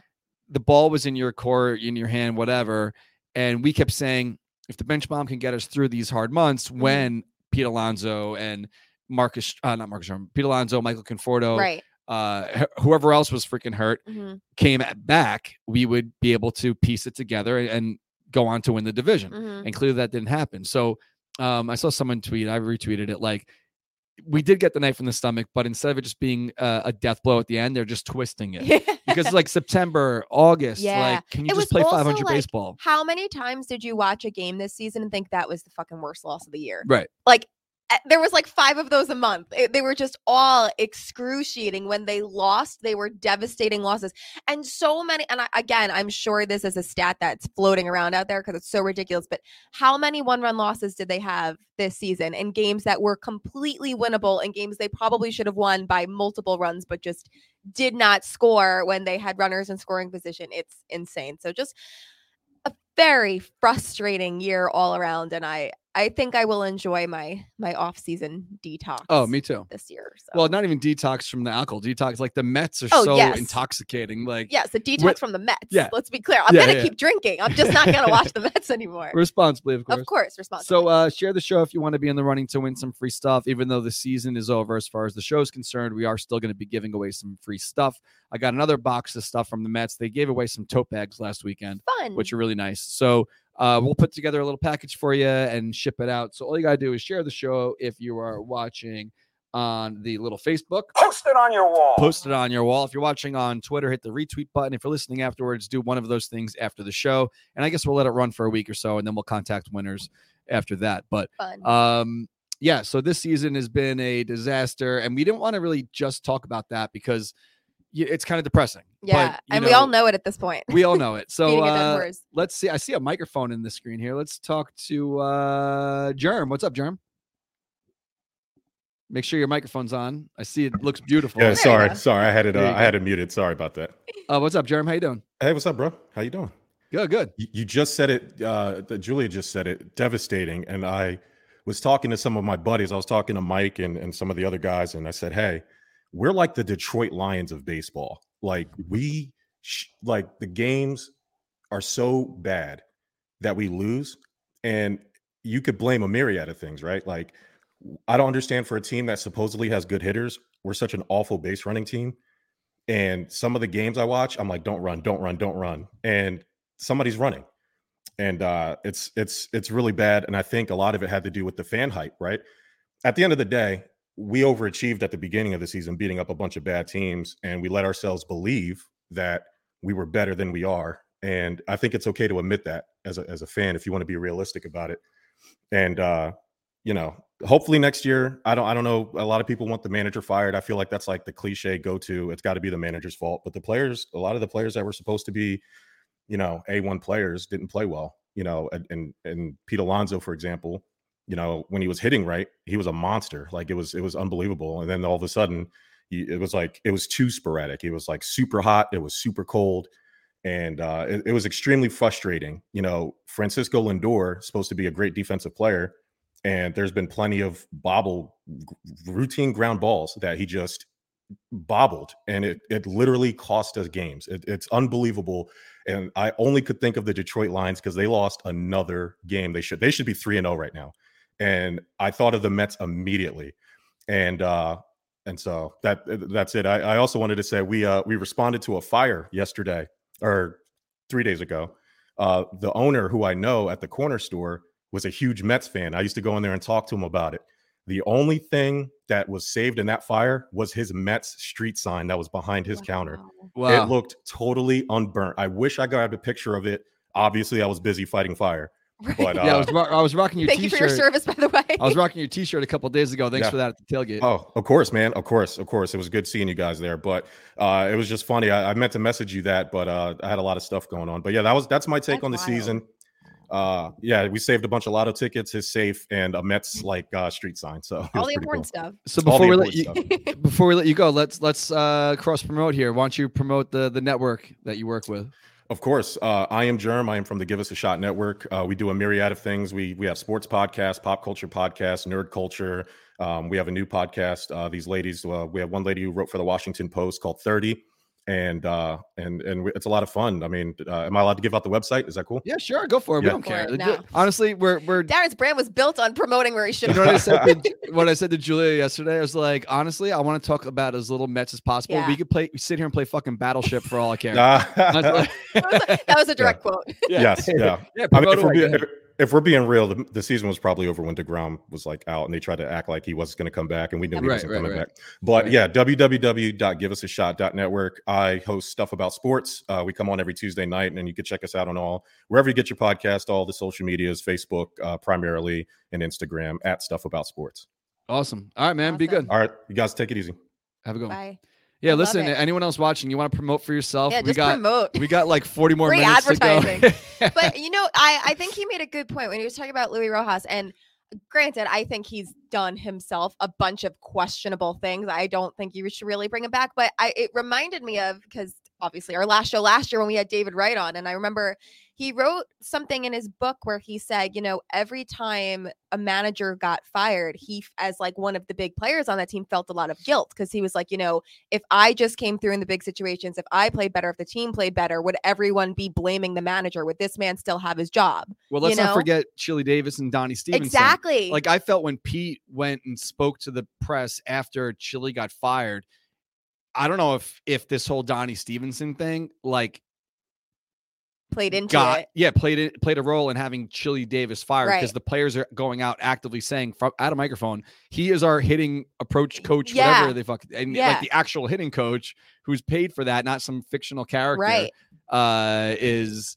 [SPEAKER 2] The ball was in your court, in your hand, whatever. And we kept saying, if the bench bomb can get us through these hard months,
[SPEAKER 3] Mm-hmm.
[SPEAKER 2] when Pete Alonso and Marcus, uh, not Marcus, Stroman, Pete Alonso, Michael Conforto,
[SPEAKER 3] Right.
[SPEAKER 2] uh, wh- whoever else was freaking hurt
[SPEAKER 3] Mhm.
[SPEAKER 2] came at back, we would be able to piece it together and, and go on to win the division.
[SPEAKER 3] Mhm.
[SPEAKER 2] And clearly that didn't happen. So um, I saw someone tweet, I retweeted it like, we did get the knife in the stomach, but instead of it just being uh, a death blow at the end, they're just twisting it. because it's like September, August,
[SPEAKER 3] Yeah.
[SPEAKER 2] like, can you just
[SPEAKER 3] It was
[SPEAKER 2] play
[SPEAKER 3] also,
[SPEAKER 2] 500
[SPEAKER 3] like,
[SPEAKER 2] baseball?
[SPEAKER 3] How many times did you watch a game this season and think that was the fucking worst loss of the year?
[SPEAKER 2] Right.
[SPEAKER 3] eh, there was like five of those a month. It- they were just all excruciating. When they lost, they were devastating losses. And so many, and I, again, I'm sure this is a stat that's floating around out there because it's so ridiculous, but how many one run losses did they have this season in games that were completely winnable and games they probably should have won by multiple runs, but just did not score when they had runners in scoring position? It's insane. So just a very frustrating year all around. And I, I think I will enjoy my my off season detox.
[SPEAKER 2] Oh, me too.
[SPEAKER 3] this year. So.
[SPEAKER 2] Well, not even detox from the alcohol. Detox, like the Mets are
[SPEAKER 3] Oh,
[SPEAKER 2] so
[SPEAKER 3] yes.
[SPEAKER 2] intoxicating. Like
[SPEAKER 3] yes, a detox
[SPEAKER 2] with-
[SPEAKER 3] from the Mets.
[SPEAKER 2] yeah.
[SPEAKER 3] let's be clear. I'm
[SPEAKER 2] Yeah,
[SPEAKER 3] gonna
[SPEAKER 2] yeah.
[SPEAKER 3] keep drinking. I'm just not gonna watch the Mets anymore.
[SPEAKER 2] responsibly, of course.
[SPEAKER 3] Of course, responsible.
[SPEAKER 2] So uh, share the show if you want to be in the running to win some free stuff. Even though the season is over, as far as the show is concerned, we are still going to be giving away some free stuff. I got another box of stuff from the Mets. They gave away some tote bags last weekend,
[SPEAKER 3] fun.
[SPEAKER 2] which are really nice. So uh, we'll put together a little package for you and ship it out. So all you got to do is share the show if you are watching on the little Facebook.
[SPEAKER 5] Post it on your wall.
[SPEAKER 2] Post it on your wall. If you're watching on Twitter, hit the retweet button. If you're listening afterwards, do one of those things after the show. And I guess we'll let it run for a week or so, and then we'll contact winners after that. But
[SPEAKER 3] fun.
[SPEAKER 2] um, yeah, so this season has been a disaster, and we didn't want to really just talk about that because y- it's kind of depressing. but,
[SPEAKER 3] yeah,
[SPEAKER 2] you
[SPEAKER 3] and we all know it at this point.
[SPEAKER 2] we all know it. So
[SPEAKER 3] Beating a dead
[SPEAKER 2] uh,
[SPEAKER 3] horse.
[SPEAKER 2] let's see. I see a microphone in the screen here. Let's talk to uh, Germ. What's up, Germ? Make sure your microphone's on. I see it looks beautiful.
[SPEAKER 6] Yeah,
[SPEAKER 3] you go.
[SPEAKER 6] sorry, sorry. I had it.
[SPEAKER 2] There you
[SPEAKER 6] Uh, I had it muted. Sorry about that.
[SPEAKER 2] Uh, what's up, Germ? How you doing?
[SPEAKER 6] Hey, what's up, bro? How you doing?
[SPEAKER 2] Good, good.
[SPEAKER 6] You, you just said it. Uh, that Julia just said it. Devastating. And I was talking to some of my buddies. I was talking to Mike and and some of the other guys, and I said, "Hey, we're like the Detroit Lions of baseball. Like we, sh- like the games are so bad that we lose, and you could blame a myriad of things, right? Like." I don't understand for a team that supposedly has good hitters. We're such an awful base running team. And some of the games I watch, I'm like, don't run, don't run, don't run. And somebody's running. And uh, it's it's it's really bad. And I think a lot of it had to do with the fan hype, right? At the end of the day, we overachieved at the beginning of the season, beating up a bunch of bad teams, and we let ourselves believe that we were better than we are. And I think it's okay to admit that as a as a fan if you want to be realistic about it. And uh, you know, hopefully next year. I don't I don't know. A lot of people want the manager fired. I feel like that's like the cliche go to. It's got to be the manager's fault. But the players, a lot of the players that were supposed to be, you know, A1 players didn't play well. You know, and and, and Pete Alonso, for example, you know, when he was hitting right, he was a monster. Like it was it was unbelievable. And then all of a sudden, he, it was like it was too sporadic. It was like super hot. It was super cold. And uh, it, it was extremely frustrating. You know, Francisco Lindor, supposed to be a great defensive player, and there's been plenty of bobble routine ground balls that he just bobbled and it it literally cost us games it, it's unbelievable and i only could think of the detroit lions because they lost another game they should they should be 3 and 0 right now and i thought of the mets immediately and uh and so that that's it i, I also wanted to say we uh we responded to a fire yesterday or 3 days ago uh the owner who i know at the corner store was a huge Mets fan. I used to go in there and talk to him about it. The only thing that was saved in that fire was his Mets street sign that was behind his counter.
[SPEAKER 3] Wow.
[SPEAKER 2] Wow.
[SPEAKER 6] It looked totally unburnt. I wish I grabbed a picture of it. Obviously, I was busy fighting fire. But
[SPEAKER 2] yeah, I
[SPEAKER 6] uh,
[SPEAKER 2] was, ro- I was rocking your
[SPEAKER 3] Thank you for
[SPEAKER 2] t-shirt.
[SPEAKER 3] your service, by the way.
[SPEAKER 2] I was rocking your t-shirt a couple days ago. Thanks
[SPEAKER 6] Yeah.
[SPEAKER 2] for that at the tailgate.
[SPEAKER 6] oh, of course, man, of course, of course. It was good seeing you guys there. But uh, it was just funny. I, I meant to message you that, but uh, I had a lot of stuff going on. But yeah, that was that's my take
[SPEAKER 3] That's
[SPEAKER 6] on the
[SPEAKER 3] wild.
[SPEAKER 6] season. uh, yeah, we saved a bunch of lotto tickets, his safe, and a Mets like uh, street sign. So it
[SPEAKER 3] All
[SPEAKER 6] was
[SPEAKER 3] the
[SPEAKER 6] pretty cool.
[SPEAKER 3] important stuff.
[SPEAKER 2] So
[SPEAKER 6] All
[SPEAKER 2] before
[SPEAKER 6] the
[SPEAKER 2] we let
[SPEAKER 6] important
[SPEAKER 2] you, before we let you go, let's let's uh, cross promote here. Why don't you promote the the network that you work with?
[SPEAKER 6] Of course, uh, I am Germ. I am from the Give Us a Shot Network. Uh, we do a myriad of things. We we have sports podcasts, pop culture podcasts, nerd culture. Um, we have a new podcast. Uh, these ladies. Uh, we have one lady who wrote for the Washington Post called Thirty, and uh, and and we- it's a lot of fun. I mean, uh, am I allowed to give out the website? Is that cool?
[SPEAKER 2] Yeah, sure, go for it. We
[SPEAKER 6] Yeah.
[SPEAKER 2] don't care.
[SPEAKER 3] Or no.
[SPEAKER 2] Honestly, we're we're
[SPEAKER 3] Darren's brand was built on promoting where he should
[SPEAKER 2] You
[SPEAKER 3] have
[SPEAKER 2] know what I said?
[SPEAKER 3] been.
[SPEAKER 2] To, what I said to Julia yesterday, I was like, honestly, I want to talk about as little Mets as possible.
[SPEAKER 3] Yeah.
[SPEAKER 2] We could play, sit here and play fucking Battleship for all I care. I was
[SPEAKER 6] Ah.
[SPEAKER 2] like-
[SPEAKER 3] That was a- that was a direct quote.
[SPEAKER 6] yes. Yeah.
[SPEAKER 2] yeah,
[SPEAKER 6] I mean,
[SPEAKER 2] promote
[SPEAKER 6] if we're,
[SPEAKER 2] away,
[SPEAKER 6] being,
[SPEAKER 2] go
[SPEAKER 6] if,
[SPEAKER 2] ahead.
[SPEAKER 6] if we're being real, the, the season was probably over when Degrom was like out, and they tried to act like he wasn't going to come back, and we knew he
[SPEAKER 2] Right,
[SPEAKER 6] wasn't
[SPEAKER 2] right,
[SPEAKER 6] coming
[SPEAKER 2] right.
[SPEAKER 6] back. But
[SPEAKER 2] Right.
[SPEAKER 6] yeah, www.giveusashot.network. I host stuff about sports. Uh, we come on every Tuesday night, and you can check us out on all wherever you get your podcast, all the social medias, Facebook uh, primarily, and Instagram at Stuff About Sports.
[SPEAKER 2] awesome. All right, man, be
[SPEAKER 3] Awesome.
[SPEAKER 2] good.
[SPEAKER 6] All right, you guys take it easy.
[SPEAKER 2] Have a good one.
[SPEAKER 3] Bye.
[SPEAKER 2] Yeah,
[SPEAKER 3] I love
[SPEAKER 2] listen,
[SPEAKER 3] it.
[SPEAKER 2] anyone else watching, you want to promote for yourself?
[SPEAKER 3] Yeah,
[SPEAKER 2] we
[SPEAKER 3] just
[SPEAKER 2] got
[SPEAKER 3] promote.
[SPEAKER 2] we got like forty more
[SPEAKER 3] Free
[SPEAKER 2] minutes to go.
[SPEAKER 3] advertising. but you know, I I think he made a good point when he was talking about Louis Rojas and. Granted, I think he's done himself a bunch of questionable things. I don't think you should really bring him back, but I it reminded me of because obviously our last show last year when we had David Wright on, and I remember he wrote something in his book where he said, you know, every time a manager got fired, he f- as like one of the big players on that team felt a lot of guilt because he was like, you know, if I just came through in the big situations, if I played better, if the team played better, would everyone be blaming the manager? Would this man still have his job?
[SPEAKER 2] well, let's
[SPEAKER 3] you
[SPEAKER 2] not
[SPEAKER 3] know?
[SPEAKER 2] forget Chili Davis and Donnie Stevenson.
[SPEAKER 3] Exactly.
[SPEAKER 2] Like I felt when Pete went and spoke to the press after Chili got fired. I don't know if if this whole Donnie Stevenson thing like
[SPEAKER 3] played into
[SPEAKER 2] got
[SPEAKER 3] it.
[SPEAKER 2] yeah played it played a role in having Chili Davis fired because
[SPEAKER 3] Right.
[SPEAKER 2] the players are going out actively saying from at a microphone he is our hitting approach coach
[SPEAKER 3] Yeah.
[SPEAKER 2] whatever they fuck and
[SPEAKER 3] Yeah.
[SPEAKER 2] like the actual hitting coach who's paid for that not some fictional character
[SPEAKER 3] Right.
[SPEAKER 2] uh is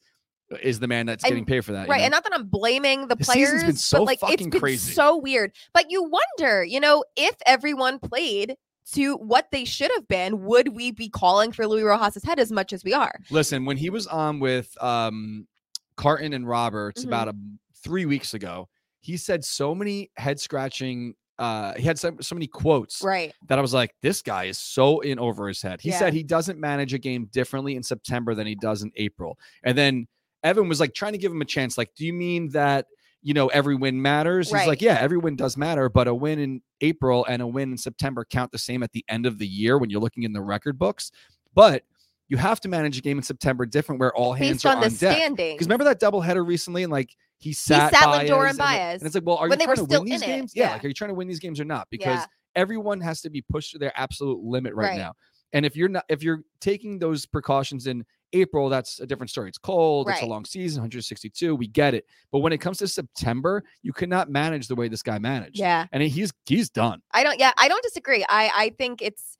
[SPEAKER 2] is the man that's
[SPEAKER 3] And-
[SPEAKER 2] getting paid for that you
[SPEAKER 3] Right.
[SPEAKER 2] know?
[SPEAKER 3] And not that I'm blaming the
[SPEAKER 2] The
[SPEAKER 3] players,
[SPEAKER 2] season's been so
[SPEAKER 3] but like it's
[SPEAKER 2] fucking
[SPEAKER 3] been
[SPEAKER 2] crazy.
[SPEAKER 3] so weird. But you wonder, you know, if everyone played to what they should have been, would we be calling for Louis Rojas's head as much as we are?
[SPEAKER 2] listen when he was on with um Carton and Roberts about a, three weeks ago he said so many head scratching uh he had so, so many quotes
[SPEAKER 3] Right.
[SPEAKER 2] that I was like, this guy is so in over his head. He
[SPEAKER 3] Yeah.
[SPEAKER 2] said he doesn't manage a game differently in September than he does in April. And then Evan was like trying to give him a chance. Like, do you mean that, you know, every win matters?
[SPEAKER 3] Right.
[SPEAKER 2] He's like, yeah, every win does matter, but a win in April and a win in September count the same at the end of the year when you're looking in the record books. But you have to manage a game in September different where all hands
[SPEAKER 3] Based
[SPEAKER 2] are on
[SPEAKER 3] on the
[SPEAKER 2] deck.
[SPEAKER 3] standing.
[SPEAKER 2] Because remember that doubleheader recently and like he sat,
[SPEAKER 3] sat Lindor
[SPEAKER 2] Baez
[SPEAKER 3] and
[SPEAKER 2] it-
[SPEAKER 3] Baez
[SPEAKER 2] And it's like, well, are
[SPEAKER 3] when
[SPEAKER 2] you
[SPEAKER 3] they were
[SPEAKER 2] trying to
[SPEAKER 3] still
[SPEAKER 2] win these
[SPEAKER 3] in it.
[SPEAKER 2] games? Yeah.
[SPEAKER 3] Yeah.
[SPEAKER 2] Like, are you trying to win these games or not? Because
[SPEAKER 3] Yeah.
[SPEAKER 2] everyone has to be pushed to their absolute limit right,
[SPEAKER 3] Right.
[SPEAKER 2] now. And if you're not, if you're taking those precautions in April, that's a different story. It's cold. It's a
[SPEAKER 3] Right.
[SPEAKER 2] long season, 162. We get it. But when it comes to September, you cannot manage the way this guy managed.
[SPEAKER 3] Yeah.
[SPEAKER 2] And he's he's done.
[SPEAKER 3] I don't yeah, I don't disagree. I I think it's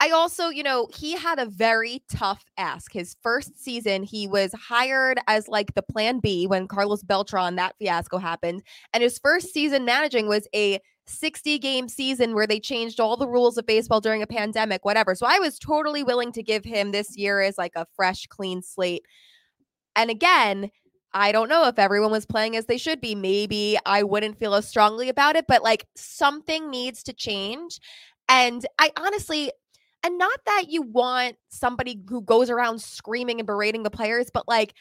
[SPEAKER 3] I also, you know, he had a very tough ask. His first season, he was hired as like the plan B when Carlos Beltran that fiasco happened, and his first season managing was a 60 game season where they changed all the rules of baseball during a pandemic, whatever. So I was totally willing to give him this year as like a fresh clean slate. And again, I don't know if everyone was playing as they should be. Maybe I wouldn't feel as strongly about it, but like something needs to change. And I honestly, and not that you want somebody who goes around screaming and berating the players, but like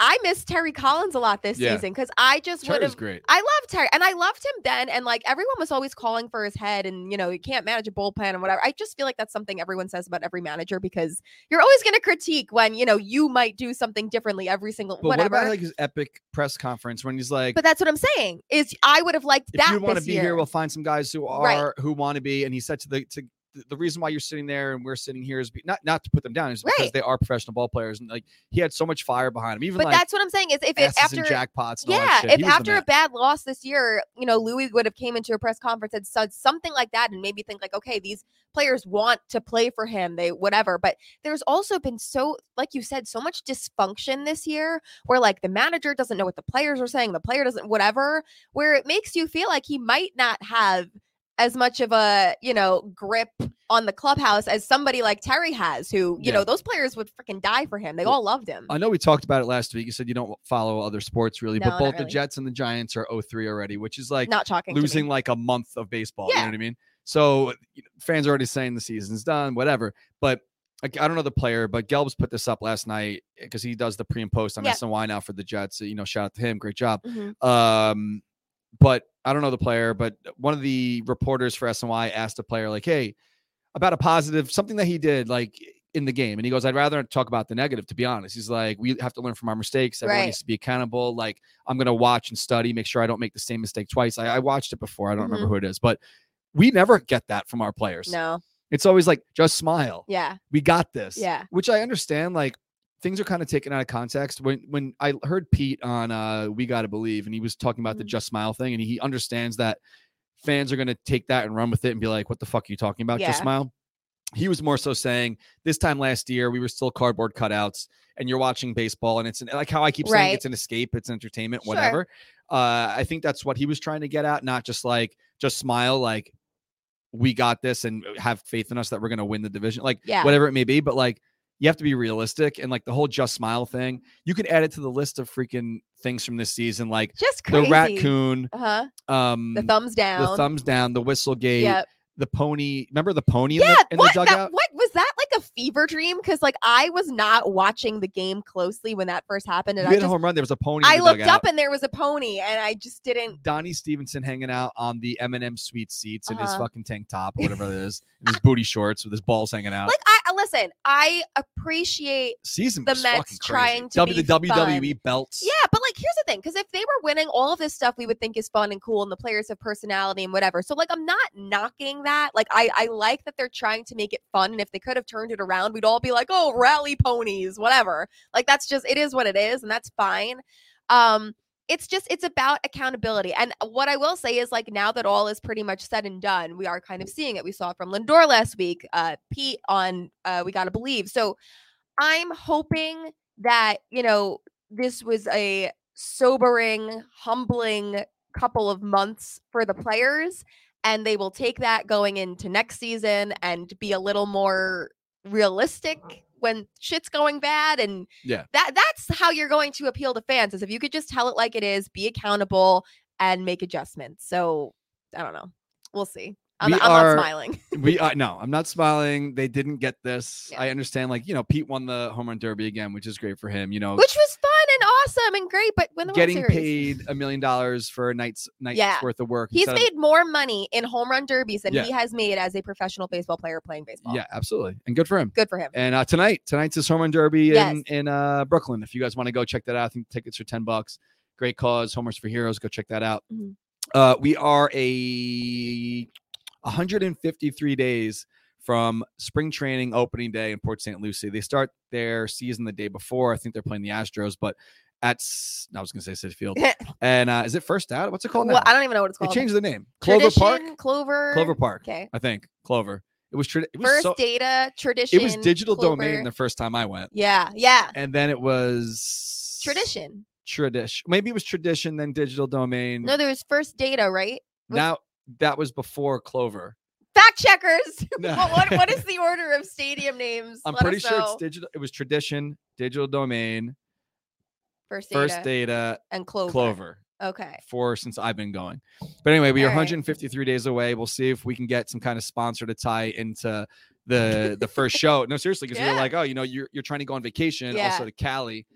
[SPEAKER 3] I miss Terry Collins a lot this
[SPEAKER 2] Yeah.
[SPEAKER 3] season because I just would
[SPEAKER 2] Terry's
[SPEAKER 3] have
[SPEAKER 2] great.
[SPEAKER 3] I loved Terry, and I loved him then. And like everyone was always calling for his head, and you know you can't manage a bullpen and whatever. I just feel like that's something everyone says about every manager because you're always going to critique when you know you might do something differently every single
[SPEAKER 2] But
[SPEAKER 3] whatever.
[SPEAKER 2] what about like his epic press conference when he's like,
[SPEAKER 3] but that's what I'm saying is I would have liked
[SPEAKER 2] if
[SPEAKER 3] that
[SPEAKER 2] you want to
[SPEAKER 3] this
[SPEAKER 2] be
[SPEAKER 3] year.
[SPEAKER 2] here, we'll find some guys who are
[SPEAKER 3] Right.
[SPEAKER 2] who want to be. And he said to the to th- the reason why you're sitting there and we're sitting here is be, not not to put them down is because
[SPEAKER 3] Right.
[SPEAKER 2] they are professional ball players and like he had so much fire behind him even
[SPEAKER 3] but
[SPEAKER 2] like
[SPEAKER 3] that's what I'm saying is if it
[SPEAKER 2] asses
[SPEAKER 3] after
[SPEAKER 2] and jackpots and all that
[SPEAKER 3] yeah,
[SPEAKER 2] shit.
[SPEAKER 3] if
[SPEAKER 2] He was the
[SPEAKER 3] after
[SPEAKER 2] man.
[SPEAKER 3] a bad loss this year, you know, Louis would have came into a press conference and said something like that and maybe think like, okay, these players want to play for him, they whatever. But there's also been so, like you said, so much dysfunction this year where like the manager doesn't know what the players are saying, the player doesn't whatever, where it makes you feel like he might not have as much of a you know grip on the clubhouse as somebody like Terry has, who you
[SPEAKER 2] Yeah.
[SPEAKER 3] know those players would freaking die for him. They all loved him.
[SPEAKER 2] I know we talked about it last week. You said you don't follow other sports really,
[SPEAKER 3] No,
[SPEAKER 2] but
[SPEAKER 3] not
[SPEAKER 2] both the
[SPEAKER 3] really.
[SPEAKER 2] Jets and the Giants are 03 already, which is like
[SPEAKER 3] Not shocking. to me.
[SPEAKER 2] losing like a month of baseball. You
[SPEAKER 3] Yeah.
[SPEAKER 2] know what I mean? So you know, fans are already saying the season's done, whatever. But like, I don't know the player, but Gelbs put this up last night because he does the pre and post on
[SPEAKER 3] Yeah.
[SPEAKER 2] SNY now for the Jets. You know, shout out to him. Great job.
[SPEAKER 3] Mhm.
[SPEAKER 2] Um, but I don't know the player, but one of the reporters for SNY asked the player, like, hey, about a positive, something that he did, like in the game. And he goes, I'd rather not talk about the negative, to be honest. He's like, we have to learn from our mistakes. Everyone
[SPEAKER 3] Right.
[SPEAKER 2] needs to be accountable. Like, I'm going to watch and study, make sure I don't make the same mistake twice. I, I watched it before. I don't remember
[SPEAKER 3] Mhm.
[SPEAKER 2] who it is, but we never get that from our players.
[SPEAKER 3] No.
[SPEAKER 2] It's always like, just smile.
[SPEAKER 3] Yeah.
[SPEAKER 2] We got this
[SPEAKER 3] Yeah.
[SPEAKER 2] which I understand. Like things are kind of taken out of context. When when I heard Pete on uh We Gotta Believe, and he was talking about the
[SPEAKER 3] Mhm.
[SPEAKER 2] Just Smile thing, and he understands that fans are gonna take that and run with it and be like, "What the fuck are you talking about? Just
[SPEAKER 3] Yeah.
[SPEAKER 2] smile." He was more so saying, "This time last year, we were still cardboard cutouts, and you're watching baseball, and it's an, like how I keep saying
[SPEAKER 3] Right.
[SPEAKER 2] it's an escape, it's entertainment,
[SPEAKER 3] Sure.
[SPEAKER 2] whatever." Uh, I think that's what he was trying to get at, not just like just smile, like we got this and uh, have faith in us that we're going to win the division like
[SPEAKER 3] Yeah.
[SPEAKER 2] whatever it may be but like you have to be realistic and like the whole just smile thing you could add it to the list of freaking things from this season like
[SPEAKER 3] Just crazy.
[SPEAKER 2] the raccoon
[SPEAKER 3] Uh huh.
[SPEAKER 2] um
[SPEAKER 3] The thumbs down.
[SPEAKER 2] the thumbs down the whistle gate
[SPEAKER 3] Yep.
[SPEAKER 2] the pony remember the pony
[SPEAKER 3] Yeah,
[SPEAKER 2] in, the, in
[SPEAKER 3] what,
[SPEAKER 2] the
[SPEAKER 3] that-
[SPEAKER 2] dugout
[SPEAKER 3] what was that like a fever dream? Because like I was not watching the game closely when that first happened,
[SPEAKER 2] you
[SPEAKER 3] and
[SPEAKER 2] hit
[SPEAKER 3] I
[SPEAKER 2] a
[SPEAKER 3] just
[SPEAKER 2] home run there was a pony in
[SPEAKER 3] I
[SPEAKER 2] the
[SPEAKER 3] looked
[SPEAKER 2] dugout.
[SPEAKER 3] up and there was a pony, and I just didn't.
[SPEAKER 2] Donnie Stevenson hanging out on the M&M suite seats in his
[SPEAKER 3] Uh-huh.
[SPEAKER 2] fucking tank top or whatever it is, and his booty shorts with his balls hanging out.
[SPEAKER 3] Like I I- listen, I appreciate.
[SPEAKER 2] Season
[SPEAKER 3] the
[SPEAKER 2] was fucking crazy.
[SPEAKER 3] Mets trying to
[SPEAKER 2] W-
[SPEAKER 3] be
[SPEAKER 2] the WWE belts.
[SPEAKER 3] Yeah, but like here's the thing, because if they were winning all of this stuff, we would think is fun and cool, and the players have personality and whatever. So like I'm not knocking that. Like I I like that they're trying to make it fun, and if they could have turned it around, we'd all be like, oh, rally ponies, whatever. Like that's just it is what it is, and that's fine. Um, it's just it's about accountability and what i will say is like now that all is pretty much said and done we are kind of seeing it we saw it from lindor last week uh pete on uh we gotta believe so i'm hoping that you know this was a sobering humbling couple of months for the players and they will take that going into next season and be a little more
[SPEAKER 2] Uh-huh.
[SPEAKER 3] realistic when shit's going bad and
[SPEAKER 2] Yeah.
[SPEAKER 3] that that's how you're going to appeal to fans is if you could just tell it like it is be accountable and make adjustments so i don't know we'll see i'm,
[SPEAKER 2] We
[SPEAKER 3] I'm
[SPEAKER 2] are-
[SPEAKER 3] not smiling
[SPEAKER 2] we uh, no, I'm not smiling. They didn't get this.
[SPEAKER 3] Yeah.
[SPEAKER 2] I understand. Like you know, Pete won the home run derby again, which is great for him. You know,
[SPEAKER 3] which was fun and awesome and great but when the
[SPEAKER 2] Oh. getting
[SPEAKER 3] World Series,
[SPEAKER 2] paid a million dollars for a night's night's
[SPEAKER 3] Yeah.
[SPEAKER 2] worth of work.
[SPEAKER 3] He's
[SPEAKER 2] instead of-
[SPEAKER 3] made more money in home run derbies than
[SPEAKER 2] Yeah.
[SPEAKER 3] he has made as a professional baseball player playing baseball.
[SPEAKER 2] yeah, absolutely, and good for him.
[SPEAKER 3] Good for him.
[SPEAKER 2] And uh, tonight, tonight's his home run derby
[SPEAKER 3] Yes.
[SPEAKER 2] in in uh, Brooklyn. If you guys want to go check that out, I think tickets are ten bucks. Great cause, homers for heroes. Go check that out.
[SPEAKER 3] Mhm.
[SPEAKER 2] Uh, we are a 153 days from spring training opening day in Port St. Lucie. They start their season the day before. I think they're playing the Astros, but at s- I was going to say City Field. and uh, is it First Out? What's it called now?
[SPEAKER 3] Well, I don't even know what it's
[SPEAKER 2] they
[SPEAKER 3] called.
[SPEAKER 2] changed the name. Clover Park.
[SPEAKER 3] Tradition, Clover.
[SPEAKER 2] Clover Park.
[SPEAKER 3] Okay.
[SPEAKER 2] I think Clover. It was. Tra- it was
[SPEAKER 3] First
[SPEAKER 2] so-
[SPEAKER 3] data tradition.
[SPEAKER 2] It was digital domain
[SPEAKER 3] Clover.
[SPEAKER 2] the first time I went
[SPEAKER 3] yeah, yeah.
[SPEAKER 2] and then it was
[SPEAKER 3] Tradition.
[SPEAKER 2] Tradition. Maybe it was tradition, then digital domain.
[SPEAKER 3] No, there was first data, right? was-
[SPEAKER 2] now that was before Clover.
[SPEAKER 3] Fact checkers.
[SPEAKER 2] No.
[SPEAKER 3] what, what, what is the order of stadium names?
[SPEAKER 2] I'm
[SPEAKER 3] Let
[SPEAKER 2] pretty
[SPEAKER 3] us
[SPEAKER 2] sure it's
[SPEAKER 3] know.
[SPEAKER 2] digital. It was tradition, digital domain,
[SPEAKER 3] first data
[SPEAKER 2] first data,
[SPEAKER 3] and Clover.
[SPEAKER 2] Clover.
[SPEAKER 3] Okay.
[SPEAKER 2] For since I've been going, but anyway, we are
[SPEAKER 3] All right.
[SPEAKER 2] 153 days away. We'll see if we can get some kind of sponsor to tie into the the first show. No, seriously, because we
[SPEAKER 3] Yeah.
[SPEAKER 2] were like, oh, you know, you're you're trying to go on vacation,
[SPEAKER 3] Yeah.
[SPEAKER 2] also to Cali,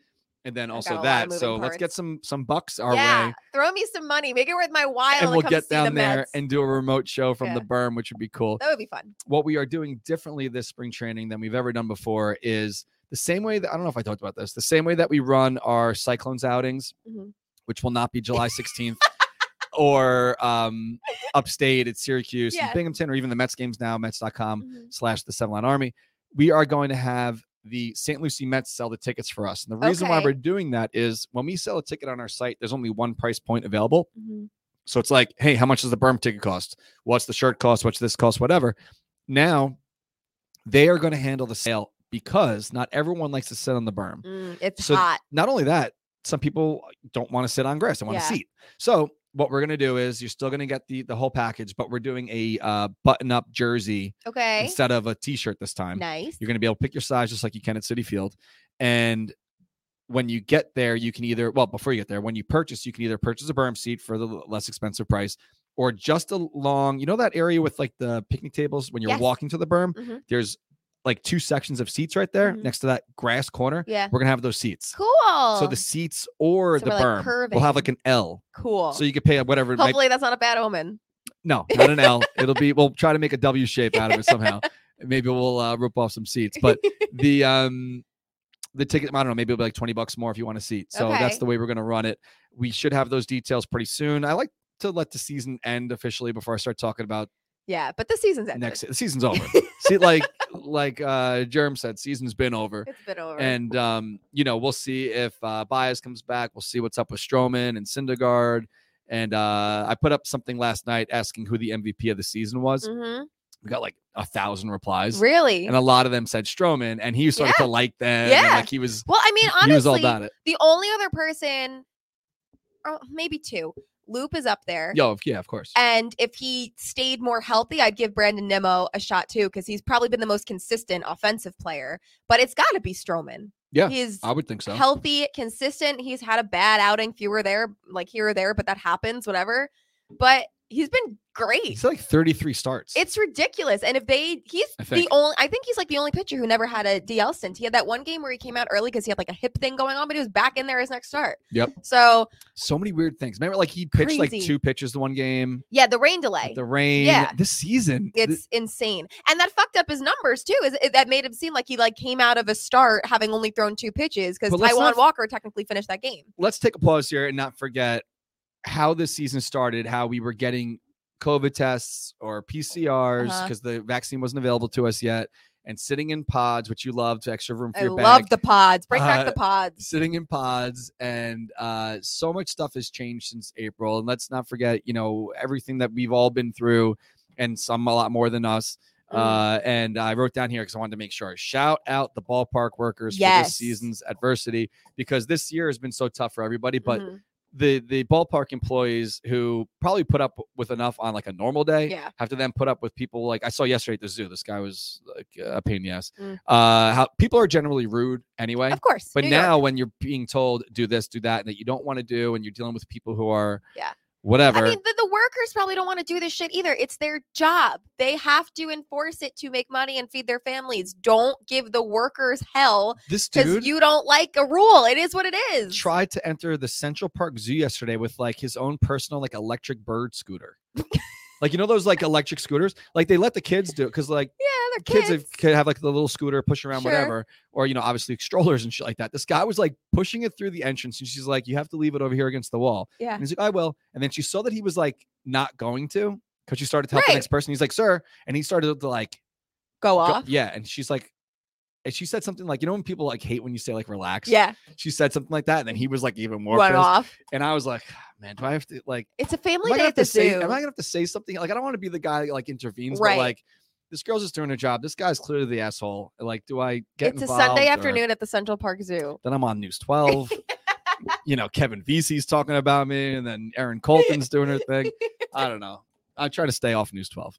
[SPEAKER 2] and then
[SPEAKER 3] I've
[SPEAKER 2] also
[SPEAKER 3] got a lot of
[SPEAKER 2] that.
[SPEAKER 3] moving
[SPEAKER 2] So let's get
[SPEAKER 3] parts.
[SPEAKER 2] some some bucks our
[SPEAKER 3] yeah.
[SPEAKER 2] way.
[SPEAKER 3] Throw me some money. Make it worth my while.
[SPEAKER 2] and
[SPEAKER 3] to
[SPEAKER 2] we'll
[SPEAKER 3] come
[SPEAKER 2] get
[SPEAKER 3] see
[SPEAKER 2] down
[SPEAKER 3] the
[SPEAKER 2] there
[SPEAKER 3] Mets.
[SPEAKER 2] and do a remote show from the
[SPEAKER 3] Yeah.
[SPEAKER 2] berm, which would be cool.
[SPEAKER 3] that would be fun.
[SPEAKER 2] What we are doing differently this spring training than we've ever done before is the same way that I don't know if I talked about this, the same way that we run our Cyclones outings,
[SPEAKER 3] Mhm.
[SPEAKER 2] which will not be July 16th. or um upstate at Syracuse and
[SPEAKER 3] Yeah.
[SPEAKER 2] Binghamton or even the Mets games now, Mets.com
[SPEAKER 3] Mhm.
[SPEAKER 2] slash the Seven Line Army. We are going to have the St. Lucie Mets sell the tickets for us. And the reason why
[SPEAKER 3] Okay.
[SPEAKER 2] we're doing that is when we sell a ticket on our site, there's only one price point available.
[SPEAKER 3] Mhm.
[SPEAKER 2] So it's like, hey, how much does the berm ticket cost? What's the shirt cost? What's this cost? Whatever. Now they are going to handle the sale because not everyone likes to sit on the berm.
[SPEAKER 3] Mm, it's
[SPEAKER 2] So
[SPEAKER 3] hot.
[SPEAKER 2] Not only that, some people don't want to sit on grass. They want a
[SPEAKER 3] Yeah.
[SPEAKER 2] seat. So what we're gonna do is you're still gonna get the the whole package, but we're doing a uh, button up jersey
[SPEAKER 3] Okay.
[SPEAKER 2] instead of a t-shirt this time.
[SPEAKER 3] Nice.
[SPEAKER 2] You're going to be able to pick your size just like you can at City Field. And when you get there, you can either, well, before you get there, when you purchase, you can either purchase a berm seat for the l- less expensive price or just along, you know, that area with like the picnic tables when you're
[SPEAKER 3] Yes.
[SPEAKER 2] walking to the berm,
[SPEAKER 3] Mhm.
[SPEAKER 2] there's like two sections of seats right there
[SPEAKER 3] Mhm.
[SPEAKER 2] next to that grass corner.
[SPEAKER 3] Yeah.
[SPEAKER 2] We're going to have those seats.
[SPEAKER 3] Cool.
[SPEAKER 2] So the seats or
[SPEAKER 3] So
[SPEAKER 2] the
[SPEAKER 3] we're, like,
[SPEAKER 2] berm will have
[SPEAKER 3] curving.
[SPEAKER 2] like an L.
[SPEAKER 3] cool.
[SPEAKER 2] So you can pay whatever it might
[SPEAKER 3] Hopefully that's not a bad omen.
[SPEAKER 2] no, not an L. It'll be we'll try to make a W shape out of it somehow. Maybe we'll uh, rip off some seats, but the um the ticket I don't know maybe it'll be like twenty bucks more if you want a seat. So that's
[SPEAKER 3] Okay.
[SPEAKER 2] the way we're gonna run it. We should have those details pretty soon. I like to let the season end officially before I start talking about
[SPEAKER 3] Yeah, but this season's ended.
[SPEAKER 2] next. The season's over. See, like like uh Germ said, season's been over.
[SPEAKER 3] It's been over.
[SPEAKER 2] And um, you know, we'll see if uh Bias comes back. We'll see what's up with Stroman and Syndergaard. And uh I put up something last night asking who the MVP of the season was.
[SPEAKER 3] Mhm.
[SPEAKER 2] We got like a thousand replies.
[SPEAKER 3] really.
[SPEAKER 2] And a lot of them said Stroman, and he started to like them. and,
[SPEAKER 3] Yeah.
[SPEAKER 2] like he was
[SPEAKER 3] well, I mean, honestly,
[SPEAKER 2] he was all about it.
[SPEAKER 3] the only other person, or maybe two, Loop is up there.
[SPEAKER 2] Yo, of- yeah, of course.
[SPEAKER 3] And if he stayed more healthy, I'd give Brandon Nimmo a shot too, because he's probably been the most consistent offensive player. But it's got to be Stroman.
[SPEAKER 2] Yeah,
[SPEAKER 3] he's
[SPEAKER 2] I would think so.
[SPEAKER 3] healthy, consistent. He's had a bad outing, few or there, like here or there, but that happens, whatever. But he's been great.
[SPEAKER 2] He's had, like 33 starts.
[SPEAKER 3] It's ridiculous. And if they, he's
[SPEAKER 2] I
[SPEAKER 3] the
[SPEAKER 2] think.
[SPEAKER 3] only, I think he's like the only pitcher who never had a DL stint. He had that one game where he came out early because he had like a hip thing going on, but he was back in there his next start.
[SPEAKER 2] Yep.
[SPEAKER 3] So
[SPEAKER 2] so many weird things. Remember, like he pitched like
[SPEAKER 3] Crazy.
[SPEAKER 2] two pitches the one game,
[SPEAKER 3] yeah, the rain
[SPEAKER 2] with
[SPEAKER 3] delay.
[SPEAKER 2] the rain.
[SPEAKER 3] Yeah.
[SPEAKER 2] This season. th-
[SPEAKER 3] It's insane. And that fucked up his numbers too. Is it, that made him seem like he like came out of a start having only thrown two pitches because
[SPEAKER 2] But let's
[SPEAKER 3] Taiwan
[SPEAKER 2] not-
[SPEAKER 3] Walker technically finished that game.
[SPEAKER 2] let's take a pause here and not forget how this season started, how we were getting COVID tests or PCRs
[SPEAKER 3] Uh-huh.
[SPEAKER 2] because the vaccine wasn't available to us yet, and sitting in pods, which you love to extra room for
[SPEAKER 3] I
[SPEAKER 2] your
[SPEAKER 3] love
[SPEAKER 2] bag.
[SPEAKER 3] the pods. Bring back
[SPEAKER 2] Uh,
[SPEAKER 3] the pods.
[SPEAKER 2] sitting in pods and uh so much stuff has changed since april and let's not forget you know everything that we've all been through and some a lot more than us
[SPEAKER 3] Mm.
[SPEAKER 2] uh and i wrote down here because i wanted to make sure shout out the ballpark workers for this
[SPEAKER 3] Yes.
[SPEAKER 2] season's adversity because this year has been so tough for everybody but
[SPEAKER 3] Mhm.
[SPEAKER 2] the the ballpark employees who probably put up with enough on like a normal day
[SPEAKER 3] yeah.
[SPEAKER 2] have to then put up with people like I saw yesterday at the zoo. This guy was like a pain in the ass.
[SPEAKER 3] Mm.
[SPEAKER 2] Uh, how people are generally rude anyway.
[SPEAKER 3] Of course.
[SPEAKER 2] But
[SPEAKER 3] New York.
[SPEAKER 2] now, when you're being told do this, do that, and that you don't want to do, and you're dealing with people who are
[SPEAKER 3] Yeah.
[SPEAKER 2] whatever.
[SPEAKER 3] I mean, the, the workers probably don't want to do this shit either. It's their job. They have to enforce it to make money and feed their families. Don't give the workers hell
[SPEAKER 2] this dude
[SPEAKER 3] because you don't like a rule. It is what it is.
[SPEAKER 2] tried to enter the Central Park Zoo yesterday with like his own personal like electric bird scooter. like you know those like electric scooters? Like they let the kids do it because like
[SPEAKER 3] Yeah, they're
[SPEAKER 2] kids,
[SPEAKER 3] kids.
[SPEAKER 2] have, could have like the little scooter push around
[SPEAKER 3] Sure.
[SPEAKER 2] whatever or you know obviously strollers and shit like that this guy was like pushing it through the entrance and she's like you have to leave it over here against the wall
[SPEAKER 3] yeah.
[SPEAKER 2] and he's like i will and then she saw that he was like not going to because she started to help the
[SPEAKER 3] Right.
[SPEAKER 2] next person he's like sir and he started to like
[SPEAKER 3] Go
[SPEAKER 2] go-
[SPEAKER 3] off.
[SPEAKER 2] yeah and she's like and she said something like you know when people like hate when you say like relax
[SPEAKER 3] yeah.
[SPEAKER 2] she said something like that and then he was like even more
[SPEAKER 3] Run
[SPEAKER 2] pissed.
[SPEAKER 3] off.
[SPEAKER 2] and i was like man do i have to like
[SPEAKER 3] It's a
[SPEAKER 2] am
[SPEAKER 3] family
[SPEAKER 2] I gonna
[SPEAKER 3] day
[SPEAKER 2] have
[SPEAKER 3] at the
[SPEAKER 2] to say?
[SPEAKER 3] zoo.
[SPEAKER 2] Am I gonna have to say something? Like, I don't want to be the guy that like intervenes, but
[SPEAKER 3] Right.
[SPEAKER 2] like, this girl's just doing her job. This guy's clearly the asshole. Like, do I get?
[SPEAKER 3] it's a Sunday
[SPEAKER 2] involved or-
[SPEAKER 3] afternoon at the Central Park Zoo.
[SPEAKER 2] Then I'm on News 12. you know, Kevin VC's talking about me, and then Erin Colton's doing her thing. I don't know. I try to stay off News 12.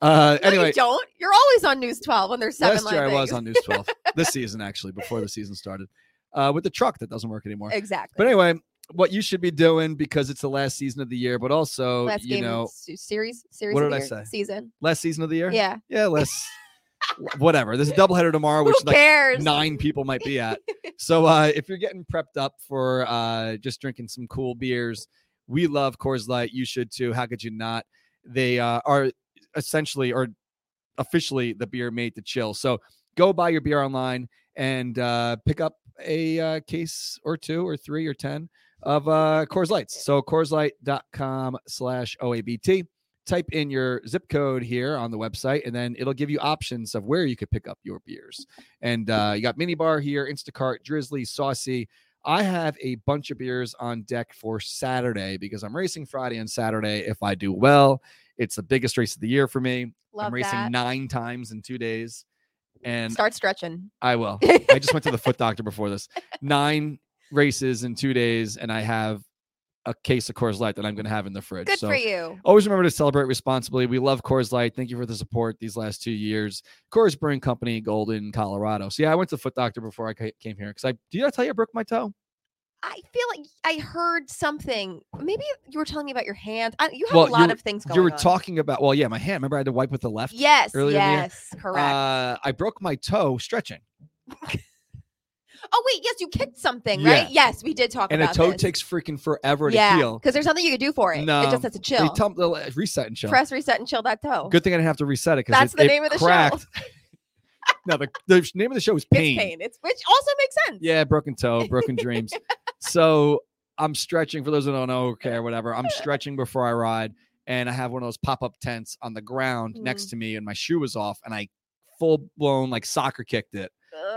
[SPEAKER 2] Uh,
[SPEAKER 3] No,
[SPEAKER 2] anyway,
[SPEAKER 3] you don't. You're always on News 12 when there's seven
[SPEAKER 2] last year
[SPEAKER 3] line
[SPEAKER 2] I was
[SPEAKER 3] things.
[SPEAKER 2] on News 12 this season actually before the season started uh, with the truck that doesn't work anymore.
[SPEAKER 3] Exactly.
[SPEAKER 2] But anyway, what you should be doing because it's the last season of the year, but also
[SPEAKER 3] Last
[SPEAKER 2] you
[SPEAKER 3] game
[SPEAKER 2] know
[SPEAKER 3] s- series series
[SPEAKER 2] What
[SPEAKER 3] of
[SPEAKER 2] did
[SPEAKER 3] the
[SPEAKER 2] I
[SPEAKER 3] year,
[SPEAKER 2] say?
[SPEAKER 3] season.
[SPEAKER 2] last season of the year.
[SPEAKER 3] Yeah.
[SPEAKER 2] yeah, let's whatever. There's a doubleheader tomorrow, which
[SPEAKER 3] Who
[SPEAKER 2] like
[SPEAKER 3] cares?
[SPEAKER 2] nine people might be at. So uh, if you're getting prepped up for uh, just drinking some cool beers, we love Coors Light. You should too. How could you not? They uh, are essentially or officially the beer made to chill. So go buy your beer online and uh, pick up a uh, case or two or three or ten of uh, Coors Lights. So CoorsLight.com slash OABT. Type in your zip code here on the website, and then it'll give you options of where you could pick up your beers. And uh, you got mini bar here, Instacart, Drizzly, Saucy. I have a bunch of beers on deck for Saturday because I'm racing Friday and Saturday. If I do well, it's the biggest race of the year for me.
[SPEAKER 3] Love
[SPEAKER 2] I'm racing
[SPEAKER 3] that.
[SPEAKER 2] nine times in two days, and
[SPEAKER 3] Start stretching.
[SPEAKER 2] I will. I just went to the foot doctor before this. Nine races in two days, and I have a case of Coors Light that I'm going to have in the fridge.
[SPEAKER 3] Good
[SPEAKER 2] so
[SPEAKER 3] for you.
[SPEAKER 2] always remember to celebrate responsibly. We love Coors Light. Thank you for the support these last two years. Coors Brewing Company, Golden, Colorado. So yeah, I went to the foot doctor before I ca- came here because I did I tell you I broke my toe?
[SPEAKER 3] I feel like I heard something. Maybe you were telling me about your hand. I, you have
[SPEAKER 2] Well,
[SPEAKER 3] a
[SPEAKER 2] you
[SPEAKER 3] lot
[SPEAKER 2] were-
[SPEAKER 3] of things going
[SPEAKER 2] You
[SPEAKER 3] on.
[SPEAKER 2] were talking about well, yeah, my hand. Remember I had to wipe with the left.
[SPEAKER 3] Yes,
[SPEAKER 2] earlier in the year?
[SPEAKER 3] yes, correct.
[SPEAKER 2] Uh, I broke my toe stretching,
[SPEAKER 3] oh wait, yes, you kicked something,
[SPEAKER 2] yeah.
[SPEAKER 3] right? Yes, we did talk
[SPEAKER 2] and a
[SPEAKER 3] about
[SPEAKER 2] toe
[SPEAKER 3] this.
[SPEAKER 2] takes freaking forever to
[SPEAKER 3] yeah,
[SPEAKER 2] heal.
[SPEAKER 3] because there's nothing you could do for it.
[SPEAKER 2] No,
[SPEAKER 3] it just has to
[SPEAKER 2] They
[SPEAKER 3] chill.
[SPEAKER 2] tell them to reset and chill.
[SPEAKER 3] Press reset and chill that toe.
[SPEAKER 2] Good thing I didn't have to reset it because
[SPEAKER 3] That's
[SPEAKER 2] it,
[SPEAKER 3] the
[SPEAKER 2] it
[SPEAKER 3] name of the show.
[SPEAKER 2] cracked. no, the, the name of the show is
[SPEAKER 3] It's pain. It's which also makes sense.
[SPEAKER 2] Yeah, broken toe, broken dreams. So I'm stretching for those who don't know, okay, or whatever. I'm stretching before I ride, and I have one of those pop up tents on the ground next
[SPEAKER 3] Mm.
[SPEAKER 2] to me, and my shoe was off, and I full blown like soccer kicked it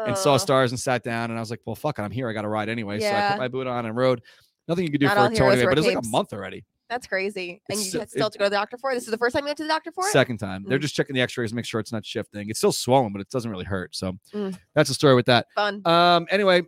[SPEAKER 2] and saw
[SPEAKER 3] Ugh.
[SPEAKER 2] stars and sat down, and I was like, well, fuck it, I'm here, I got to ride anyway. So I
[SPEAKER 3] Yeah.
[SPEAKER 2] put my boot on and rode. Nothing you could do
[SPEAKER 3] Not all
[SPEAKER 2] for a toe
[SPEAKER 3] heroes
[SPEAKER 2] anyway,
[SPEAKER 3] wear
[SPEAKER 2] but it was like a
[SPEAKER 3] capes.
[SPEAKER 2] month already.
[SPEAKER 3] That's crazy. And
[SPEAKER 2] It's
[SPEAKER 3] you
[SPEAKER 2] so-
[SPEAKER 3] had still
[SPEAKER 2] it-
[SPEAKER 3] to go to the doctor for it? This is the first time you went to the doctor for it?
[SPEAKER 2] Second time, they're
[SPEAKER 3] Mm.
[SPEAKER 2] just checking the X-rays, to make sure it's not shifting. It's still swollen, but it doesn't really hurt. So
[SPEAKER 3] Mm.
[SPEAKER 2] that's the story with that.
[SPEAKER 3] Fun.
[SPEAKER 2] Um. Anyway,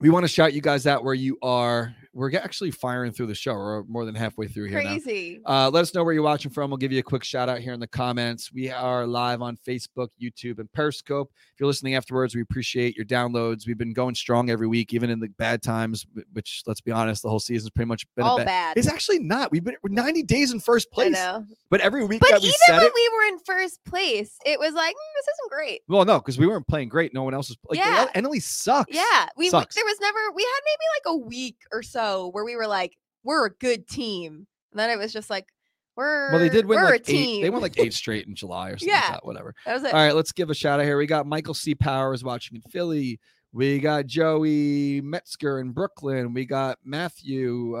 [SPEAKER 2] we want to shout you guys out where you are. We're g- actually firing through the show. We're more than halfway through here now.
[SPEAKER 3] crazy.
[SPEAKER 2] Uh, let us know where you're watching from. We'll give you a quick shout out here in the comments. We are live on Facebook, YouTube, and Periscope. If you're listening afterwards, we appreciate your downloads. We've been going strong every week, even in the bad times, wh- which let's be honest, the whole season's pretty much been
[SPEAKER 3] All
[SPEAKER 2] a bad.
[SPEAKER 3] bad.
[SPEAKER 2] It's actually not. We've been we're 90 days in first
[SPEAKER 3] I
[SPEAKER 2] place,
[SPEAKER 3] know.
[SPEAKER 2] but every week
[SPEAKER 3] But
[SPEAKER 2] that
[SPEAKER 3] even
[SPEAKER 2] we said
[SPEAKER 3] when
[SPEAKER 2] it,
[SPEAKER 3] we were in first place, it was like, "Mm, this isn't great.
[SPEAKER 2] well, no, because we weren't playing great. No one else was like,
[SPEAKER 3] Yeah.
[SPEAKER 2] and Emily E sucks.
[SPEAKER 3] Yeah. We, we-
[SPEAKER 2] Sucks.
[SPEAKER 3] there was never we had maybe like a week or so where we were like, we're a good team. And then it was just like, we're
[SPEAKER 2] Well, they did win
[SPEAKER 3] we're
[SPEAKER 2] like
[SPEAKER 3] a team.
[SPEAKER 2] eight. They won like eight straight in July or something. like
[SPEAKER 3] Yeah.
[SPEAKER 2] that, whatever.
[SPEAKER 3] that was it.
[SPEAKER 2] All right, let's give a shout out here. We got Michael C. Powers watching in Philly. We got Joey Metzger in Brooklyn. We got Matthew.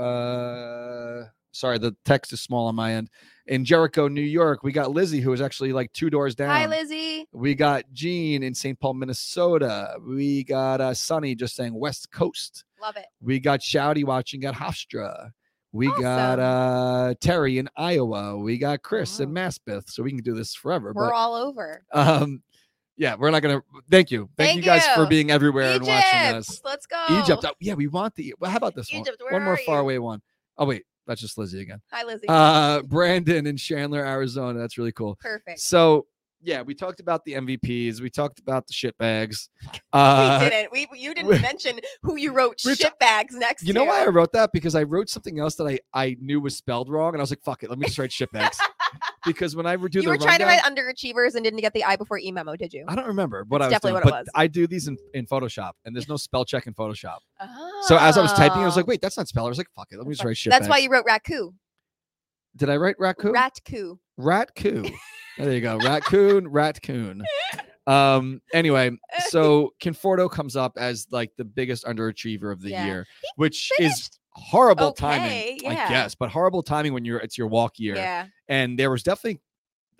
[SPEAKER 2] Uh, sorry, the text is small on my end. In Jericho, New York, we got Lizzie, who is actually like two doors down.
[SPEAKER 3] Hi Lizzie.
[SPEAKER 2] We got Gene in St. Paul, Minnesota. We got uh, Sonny just saying West Coast.
[SPEAKER 3] Love it.
[SPEAKER 2] We got Shouty watching at Hofstra. We got uh, Terry in Iowa. We got Chris in Maspeth. So we can do this forever.
[SPEAKER 3] We're all over.
[SPEAKER 2] but um, yeah, we're not gonna. Thank you, thank,
[SPEAKER 3] Thank
[SPEAKER 2] you guys for
[SPEAKER 3] you.
[SPEAKER 2] being everywhere
[SPEAKER 3] Egypt.
[SPEAKER 2] and watching us.
[SPEAKER 3] Let's go.
[SPEAKER 2] Egypt. oh, yeah, we want the. Well, how about this
[SPEAKER 3] Egypt,
[SPEAKER 2] one?
[SPEAKER 3] where
[SPEAKER 2] One more
[SPEAKER 3] are you?
[SPEAKER 2] faraway one. Oh wait, that's just Lizzie again.
[SPEAKER 3] Hi Lizzie.
[SPEAKER 2] Uh, Brandon in Chandler, Arizona. That's really cool.
[SPEAKER 3] Perfect.
[SPEAKER 2] So yeah, we talked about the MVPs. We talked about the shit bags.
[SPEAKER 3] we
[SPEAKER 2] Uh,
[SPEAKER 3] didn't. We you didn't
[SPEAKER 2] we-
[SPEAKER 3] mention who you wrote
[SPEAKER 2] we're ta-
[SPEAKER 3] shit bags next
[SPEAKER 2] You
[SPEAKER 3] to.
[SPEAKER 2] know why I wrote that? Because I wrote something else that I, I knew was spelled wrong, and I was like, "Fuck it, let me just write shitbags." because when I would do
[SPEAKER 3] you
[SPEAKER 2] the
[SPEAKER 3] were trying to
[SPEAKER 2] rundown-
[SPEAKER 3] write underachievers and didn't get the I before E memo, did you?
[SPEAKER 2] I don't remember what I
[SPEAKER 3] That's
[SPEAKER 2] was
[SPEAKER 3] definitely
[SPEAKER 2] doing,
[SPEAKER 3] what it
[SPEAKER 2] but
[SPEAKER 3] was.
[SPEAKER 2] I do these in, in Photoshop, and there's no spell check in Photoshop. So as I was typing, I was
[SPEAKER 3] Oh.
[SPEAKER 2] like, "Wait, that's not spell." I was like, "Fuck it, let me just write shitbags."
[SPEAKER 3] That's why you wrote raccoon.
[SPEAKER 2] did I write raccoon?
[SPEAKER 3] Ratcoo.
[SPEAKER 2] Ratcoon. there you go. Ratcoon, Ratcoon. Um, anyway, so Conforto comes up as like the biggest underachiever of the
[SPEAKER 3] Yeah.
[SPEAKER 2] year, which is
[SPEAKER 3] Finished.
[SPEAKER 2] horrible
[SPEAKER 3] okay,
[SPEAKER 2] timing, I
[SPEAKER 3] yeah.
[SPEAKER 2] guess, but horrible timing when you're it's your walk year.
[SPEAKER 3] Yeah.
[SPEAKER 2] and there was definitely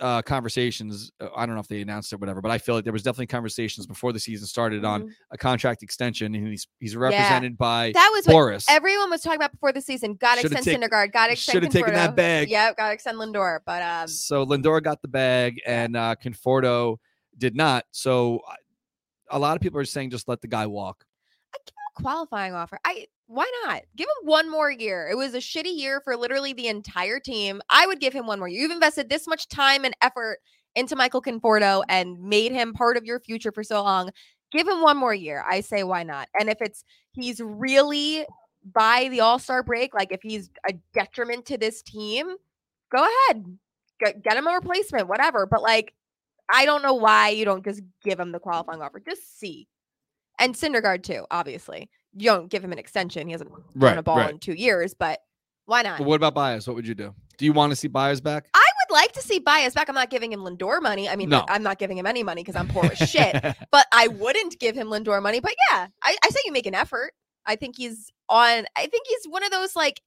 [SPEAKER 2] uh conversations uh, i don't know if they announced it or whatever but i feel like there was definitely conversations before the season started on
[SPEAKER 3] Mhm.
[SPEAKER 2] a contract extension and he's he's represented by
[SPEAKER 3] That was what
[SPEAKER 2] boris
[SPEAKER 3] everyone was talking about before the season. Got to
[SPEAKER 2] Shoulda
[SPEAKER 3] extend
[SPEAKER 2] taken-
[SPEAKER 3] Syndergaard. Got to extend.
[SPEAKER 2] shoulda taken that
[SPEAKER 3] Conforto.
[SPEAKER 2] bag.
[SPEAKER 3] Yeah, got to extend Lindor. But um,
[SPEAKER 2] so lindor got the bag and uh conforto did not so I- a lot of people are saying just let the guy walk
[SPEAKER 3] qualifying offer. I why not give him one more year? It was a shitty year for literally the entire team. I would give him one more year. You've invested this much time and effort into Michael Conforto and made him part of your future for so long. Give him one more year. I say why not? And if it's he's really by the All Star break, like if he's a detriment to this team, go ahead, get, get him a replacement, whatever. But like, I don't know why you don't just give him the qualifying offer. Just see, and Syndergaard too, obviously. You don't give him an extension. He hasn't thrown a ball in two years, but why not?
[SPEAKER 2] but what about bias what would you do do you want to see bias back
[SPEAKER 3] I would like to see Bias back. I'm not giving him Lindor money. I mean,
[SPEAKER 2] No.
[SPEAKER 3] I'm not giving him any money because I'm poor as shit. But I wouldn't give him Lindor money. But yeah, I, I say you make an effort. I think he's on. I think he's one of those like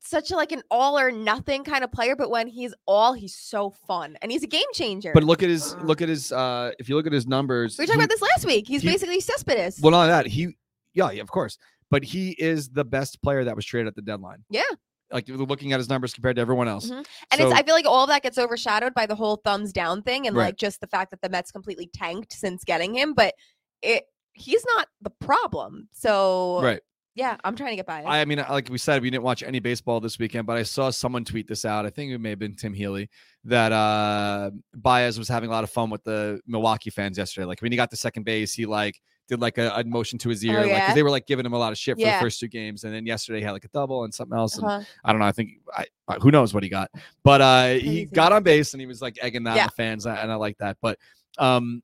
[SPEAKER 3] such a, like an all or nothing kind of player. But when he's all, he's so fun and he's a game changer.
[SPEAKER 2] but look at his look at his uh if you look at his numbers
[SPEAKER 3] we were talking
[SPEAKER 2] he-
[SPEAKER 3] about this last week. He's
[SPEAKER 2] he-
[SPEAKER 3] basically Cespedes.
[SPEAKER 2] Well, not only that he, yeah, yeah, of course, but he is the best player that was traded at the deadline.
[SPEAKER 3] Yeah.
[SPEAKER 2] like you're looking at his numbers compared to everyone else.
[SPEAKER 3] Mhm. And it's,
[SPEAKER 2] So-
[SPEAKER 3] I feel like all of that gets overshadowed by the whole thumbs down thing and
[SPEAKER 2] Right.
[SPEAKER 3] like just the fact that the Mets completely tanked since getting him. But it he's not the problem. So
[SPEAKER 2] right.
[SPEAKER 3] Yeah, I'm trying to get by it.
[SPEAKER 2] I mean, like we said, we didn't watch any baseball this weekend, but I saw someone tweet this out. I think it may have been Tim Healy that uh Baez was having a lot of fun with the Milwaukee fans yesterday. Like when he got to second base, he like did like a, a motion to his ear. Like 'cause
[SPEAKER 3] Oh, yeah?
[SPEAKER 2] they were like giving him a lot of shit for
[SPEAKER 3] Yeah.
[SPEAKER 2] the first two games, and then yesterday he had like a double and something else. And
[SPEAKER 3] Uh-huh.
[SPEAKER 2] I don't know. I think I, I- who knows what he got, but uh he
[SPEAKER 3] Crazy.
[SPEAKER 2] got on base and he was like egging on
[SPEAKER 3] Yeah.
[SPEAKER 2] the fans, and I- and I like that. But um,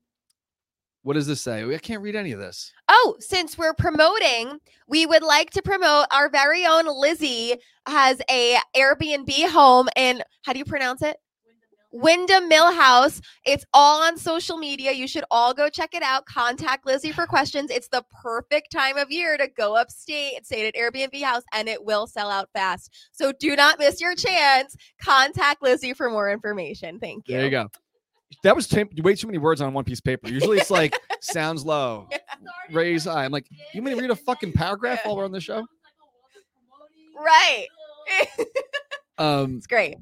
[SPEAKER 2] what does this say? I can't read any of this.
[SPEAKER 3] Oh, since we're promoting, we would like to promote our very own Lizzie has a Airbnb home in how do you pronounce it? Wyndham Mill House. It's all on social media. You should all go check it out. Contact Lizzie for questions. It's the perfect time of year to go upstate and stay at an Airbnb house, and it will sell out fast. So do not miss your chance. Contact Lizzie for more information. Thank you.
[SPEAKER 2] There you go. That was tam- way too many words on one piece of paper. Usually it's like sounds low, raise high. I'm like, you mean to read a fucking paragraph while we're on the show?
[SPEAKER 3] Right.
[SPEAKER 2] Um,
[SPEAKER 3] It's great.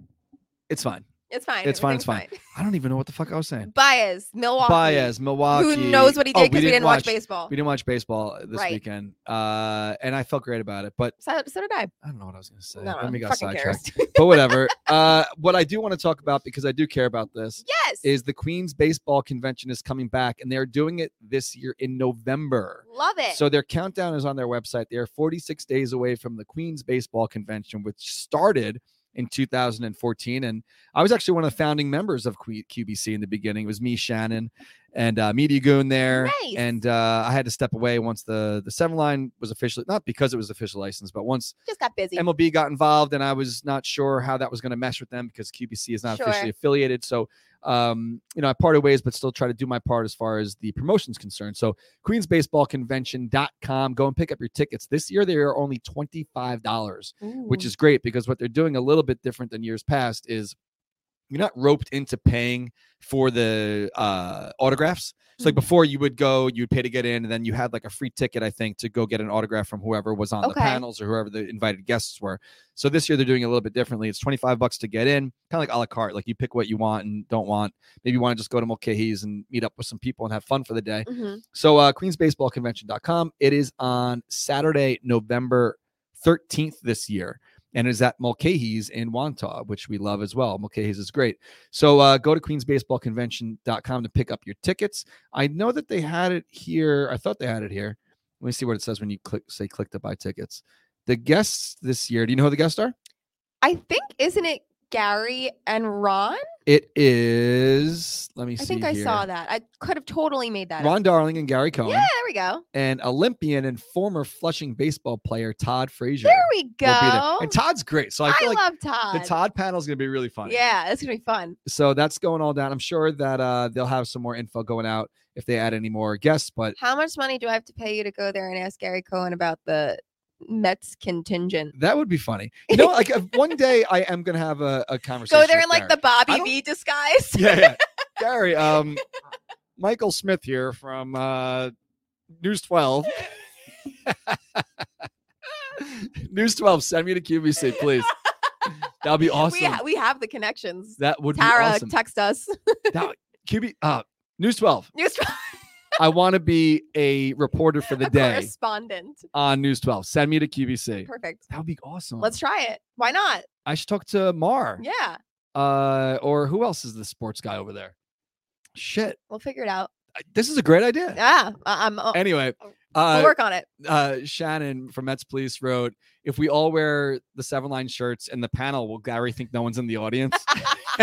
[SPEAKER 2] it's fine.
[SPEAKER 3] It's fine.
[SPEAKER 2] It's fine, it's
[SPEAKER 3] Everything's
[SPEAKER 2] fine. I don't even know what the fuck I was saying.
[SPEAKER 3] Baez, Milwaukee.
[SPEAKER 2] Baez, Milwaukee.
[SPEAKER 3] Who knows what he
[SPEAKER 2] Oh,
[SPEAKER 3] did because we, didn't watch, baseball.
[SPEAKER 2] We didn't watch baseball this
[SPEAKER 3] Right.
[SPEAKER 2] weekend, uh, and I felt great about it. But
[SPEAKER 3] so, so did I.
[SPEAKER 2] I don't know what I was going to say.
[SPEAKER 3] No,
[SPEAKER 2] Let me
[SPEAKER 3] no,
[SPEAKER 2] Uh, got
[SPEAKER 3] fucking cares.
[SPEAKER 2] sidetracked. but whatever. Uh, what I do want to talk about because I do care about this
[SPEAKER 3] yes.
[SPEAKER 2] is the Queens Baseball Convention is coming back, and they're doing it this year in November.
[SPEAKER 3] Love it.
[SPEAKER 2] So their countdown is on their website. They are 46 days away from the Queens Baseball Convention, which started in 2014. And I was actually one of the founding members of Q- QBC in the beginning. It was me, Shannon, and uh, Media Goon there.
[SPEAKER 3] Nice.
[SPEAKER 2] And uh, I had to step away once the the seven line was officially not because it was official license, but once
[SPEAKER 3] Just got busy.
[SPEAKER 2] MLB got involved, and I was not sure how that was going to mesh with them because QBC is not
[SPEAKER 3] Sure.
[SPEAKER 2] officially affiliated. So, um, you know, I parted ways, but still try to do my part as far as the promotion's concerned. So, queensbaseballconvention.com, go and pick up your tickets. This year, they are only $25 which is great because what they're doing a little bit different than years past is you're not roped into paying for the uh, autographs. So like
[SPEAKER 3] Mhm.
[SPEAKER 2] before, you would go, you'd pay to get in, and then you had like a free ticket, I think, to go get an autograph from whoever was on the
[SPEAKER 3] Okay.
[SPEAKER 2] panels or whoever the invited guests were. So this year they're doing it a little bit differently. It's 25 bucks to get in, kind of like a la carte. Like you pick what you want and don't want. Maybe you want to just go to Mulcahy's and meet up with some people and have fun for the day.
[SPEAKER 3] Mhm.
[SPEAKER 2] So uh queensbaseballconvention.com. It is on Saturday, November 13th this year. And it is at Mulcahy's in Wantagh, which we love as well. Mulcahy's is great. So uh, go to queensbaseballconvention.com to pick up your tickets. I know that they had it here. I thought they had it here. Let me see what it says when you click say click to buy tickets. The guests this year. Do you know who the guests are?
[SPEAKER 3] I think, isn't it Gary and Ron?
[SPEAKER 2] It is. Let me see.
[SPEAKER 3] I think I saw
[SPEAKER 2] here.
[SPEAKER 3] that. I could have totally made that. up.
[SPEAKER 2] Ron Darling and Gary Cohen,
[SPEAKER 3] Yeah, there we go.
[SPEAKER 2] and Olympian and former Flushing baseball player Todd Frazier.
[SPEAKER 3] There we go.
[SPEAKER 2] will be there. And Todd's great. So I
[SPEAKER 3] I,
[SPEAKER 2] feel like
[SPEAKER 3] love Todd.
[SPEAKER 2] the Todd panel is going to be really fun.
[SPEAKER 3] Yeah, that's gonna be fun.
[SPEAKER 2] So that's going all down. I'm sure that uh, they'll have some more info going out if they add any more guests. But
[SPEAKER 3] How much money do I have to pay you to go there and ask Gary Cohen about the Mets contingent?
[SPEAKER 2] that would be funny. You know, like if one day I am going to have a, a conversation.
[SPEAKER 3] Go there
[SPEAKER 2] with
[SPEAKER 3] in like the
[SPEAKER 2] Gary. I
[SPEAKER 3] Bobby
[SPEAKER 2] don't-
[SPEAKER 3] V disguise.
[SPEAKER 2] yeah, yeah. Gary. Um, Michael Smith here from uh, News 12. News 12, send me to QVC, please. That'll be awesome.
[SPEAKER 3] We ha- we have the connections.
[SPEAKER 2] that would be
[SPEAKER 3] Tara,
[SPEAKER 2] awesome.
[SPEAKER 3] text us.
[SPEAKER 2] That- QB, uh, News 12.
[SPEAKER 3] News
[SPEAKER 2] I want to be a reporter for the
[SPEAKER 3] a
[SPEAKER 2] day
[SPEAKER 3] correspondent.
[SPEAKER 2] on News 12. Send me to QVC.
[SPEAKER 3] Perfect.
[SPEAKER 2] That would be awesome.
[SPEAKER 3] Let's try it. Why not?
[SPEAKER 2] I should talk to Mar.
[SPEAKER 3] Yeah,
[SPEAKER 2] Uh, or who else is the sports guy over there? Shit,
[SPEAKER 3] we'll figure it out.
[SPEAKER 2] I- this is a great idea.
[SPEAKER 3] Yeah, I- I'm. uh,
[SPEAKER 2] Anyway,
[SPEAKER 3] Oh, we'll
[SPEAKER 2] uh,
[SPEAKER 3] work on it.
[SPEAKER 2] uh, Shannon from Mets Police wrote, "If we all wear the seven line shirts in the panel, will Gary think no one's in the audience?" I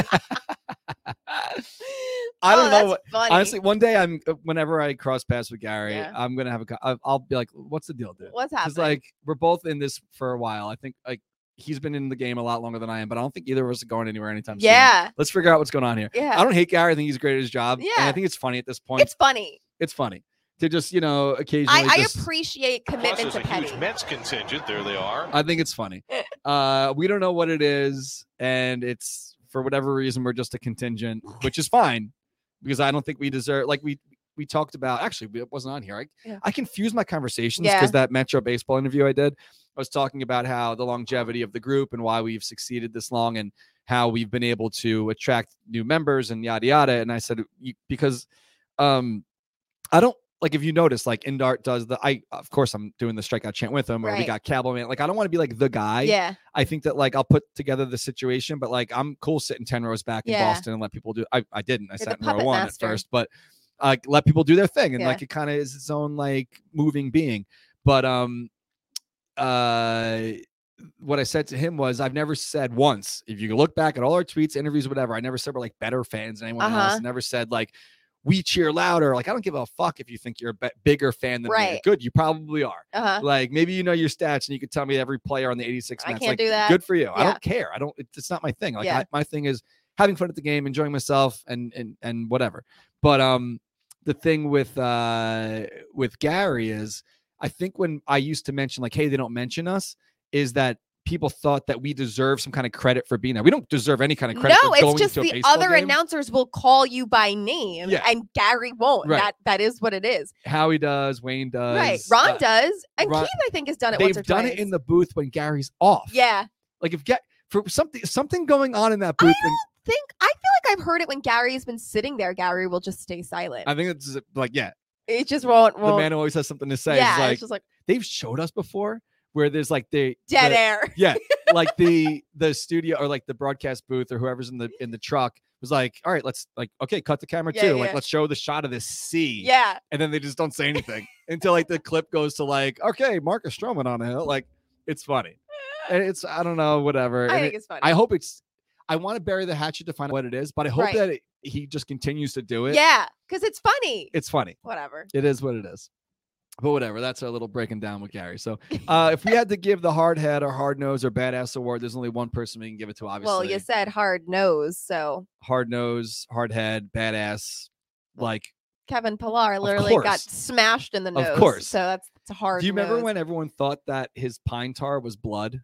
[SPEAKER 3] Oh,
[SPEAKER 2] don't know
[SPEAKER 3] that's
[SPEAKER 2] what.
[SPEAKER 3] Funny.
[SPEAKER 2] Honestly, one day I'm uh, whenever I cross paths with Gary,
[SPEAKER 3] Yeah.
[SPEAKER 2] I'm gonna have a. co- I'll- I'll be like, "What's the deal, dude?"
[SPEAKER 3] what's
[SPEAKER 2] Because
[SPEAKER 3] happening?
[SPEAKER 2] like we're both in this for a while. I think like he's been in the game a lot longer than I am, but I don't think either of us are going anywhere anytime soon.
[SPEAKER 3] yeah,
[SPEAKER 2] Let's figure out what's going on here. I
[SPEAKER 3] yeah,
[SPEAKER 2] don't hate Gary. I think he's great at his job. And I
[SPEAKER 3] Yeah.
[SPEAKER 2] think it's funny at this point.
[SPEAKER 3] it's
[SPEAKER 2] It's,
[SPEAKER 3] funny.
[SPEAKER 2] funny to just, you know, occasionally.
[SPEAKER 3] I, I
[SPEAKER 2] just-
[SPEAKER 3] appreciate
[SPEAKER 5] Plus,
[SPEAKER 3] commitment
[SPEAKER 5] there's a
[SPEAKER 3] to petty.
[SPEAKER 5] huge Mets contingent. There they are.
[SPEAKER 2] I think it's funny. uh, we don't know what it is. And it's for whatever reason, we're just a contingent, which is fine because I don't think we deserve, like, we. We talked about actually it wasn't on here. I,
[SPEAKER 3] Yeah.
[SPEAKER 2] I confused my conversations
[SPEAKER 3] Yeah.
[SPEAKER 2] because that Metro baseball interview I did, I was talking about how the longevity of the group and why we've succeeded this long and how we've been able to attract new members and yada yada. And I said you, because um, I don't like if you notice, like Indart does the I of course I'm doing the strikeout chant with him, or we
[SPEAKER 3] Right.
[SPEAKER 2] got Cabalman. Like I don't want to be like the guy.
[SPEAKER 3] yeah.
[SPEAKER 2] I think that like I'll put together the situation, but like I'm cool sitting ten rows back in
[SPEAKER 3] Yeah.
[SPEAKER 2] Boston and let people do. I I didn't. I
[SPEAKER 3] the
[SPEAKER 2] sat in row
[SPEAKER 3] puppet
[SPEAKER 2] one
[SPEAKER 3] master.
[SPEAKER 2] at first, but like let people do their thing, and
[SPEAKER 3] Yeah.
[SPEAKER 2] like it kind of is its own like moving being. But um, uh, what I said to him was I've never said once. If you look back at all our tweets, interviews, whatever, I never said we're like better fans than anyone else.
[SPEAKER 3] Uh-huh.
[SPEAKER 2] I never said like we cheer louder. Like I don't give a fuck if you think you're a be- bigger fan than me.
[SPEAKER 3] Right.
[SPEAKER 2] Good, you probably are
[SPEAKER 3] Uh-huh.
[SPEAKER 2] like maybe you know your stats and you could tell me every player on the 86
[SPEAKER 3] I
[SPEAKER 2] Mets.
[SPEAKER 3] can't
[SPEAKER 2] like,
[SPEAKER 3] do that.
[SPEAKER 2] Good for you. I
[SPEAKER 3] Yeah.
[SPEAKER 2] don't care. I don't. It's, it's not my thing. Like
[SPEAKER 3] Yeah.
[SPEAKER 2] I, my thing is having fun at the game, enjoying myself, and and and whatever. But um, the thing with uh with Gary is, I think when I used to mention like, hey, they don't mention us, is that people thought that we deserve some kind of credit for being there. We don't deserve any kind of credit.
[SPEAKER 3] No,
[SPEAKER 2] for going
[SPEAKER 3] it's just
[SPEAKER 2] to a
[SPEAKER 3] the
[SPEAKER 2] baseball
[SPEAKER 3] other
[SPEAKER 2] game.
[SPEAKER 3] announcers will call you by name
[SPEAKER 2] Yeah.
[SPEAKER 3] and Gary won't.
[SPEAKER 2] Right.
[SPEAKER 3] That that is what it is.
[SPEAKER 2] Howie does. Wayne does.
[SPEAKER 3] right. Ron
[SPEAKER 2] uh,
[SPEAKER 3] does. And
[SPEAKER 2] Ron-
[SPEAKER 3] Keith, I think, has done it
[SPEAKER 2] They've
[SPEAKER 3] once or
[SPEAKER 2] done
[SPEAKER 3] twice.
[SPEAKER 2] it in the booth when Gary's off.
[SPEAKER 3] Yeah.
[SPEAKER 2] Like if get for something something going on in that
[SPEAKER 3] I
[SPEAKER 2] booth. and-
[SPEAKER 3] don't think I feel like I've heard it when Gary's been sitting there. Gary will just stay silent.
[SPEAKER 2] I think it's just, like yeah,
[SPEAKER 3] it just won't
[SPEAKER 2] the
[SPEAKER 3] won't.
[SPEAKER 2] man who always has something to say. is
[SPEAKER 3] yeah,
[SPEAKER 2] like
[SPEAKER 3] it's just like
[SPEAKER 2] they've showed us before where there's like the
[SPEAKER 3] dead
[SPEAKER 2] the-
[SPEAKER 3] air.
[SPEAKER 2] Yeah, like the the studio or like the broadcast booth or whoever's in the in the truck was like, all right, let's like okay, cut the camera
[SPEAKER 3] Yeah,
[SPEAKER 2] too.
[SPEAKER 3] yeah.
[SPEAKER 2] Like let's show the shot of this sea.
[SPEAKER 3] Yeah.
[SPEAKER 2] and then they just don't say anything until like the clip goes to like okay, Marcus Stroman on a hill. Like it's funny. And it's I don't know whatever.
[SPEAKER 3] I
[SPEAKER 2] And
[SPEAKER 3] think
[SPEAKER 2] it-
[SPEAKER 3] it's funny.
[SPEAKER 2] I hope it's. I want to bury the hatchet to find out what it is, but I hope
[SPEAKER 3] Right.
[SPEAKER 2] that it, he just continues to do it.
[SPEAKER 3] yeah. Because it's funny.
[SPEAKER 2] it's funny.
[SPEAKER 3] Whatever.
[SPEAKER 2] It is what it is. But whatever, that's our little breaking down with Gary. So, uh, if we had to give the hard head or hard nose or badass award, there's only one person we can give it to. Obviously,
[SPEAKER 3] Well, you said hard nose, so
[SPEAKER 2] hard nose, hard head, badass. Like,
[SPEAKER 3] Kevin Pillar literally got
[SPEAKER 2] course.
[SPEAKER 3] smashed in the nose.
[SPEAKER 2] course.
[SPEAKER 3] So that's it's a hard.
[SPEAKER 2] do you remember
[SPEAKER 3] nose.
[SPEAKER 2] when everyone thought that his pine tar was blood?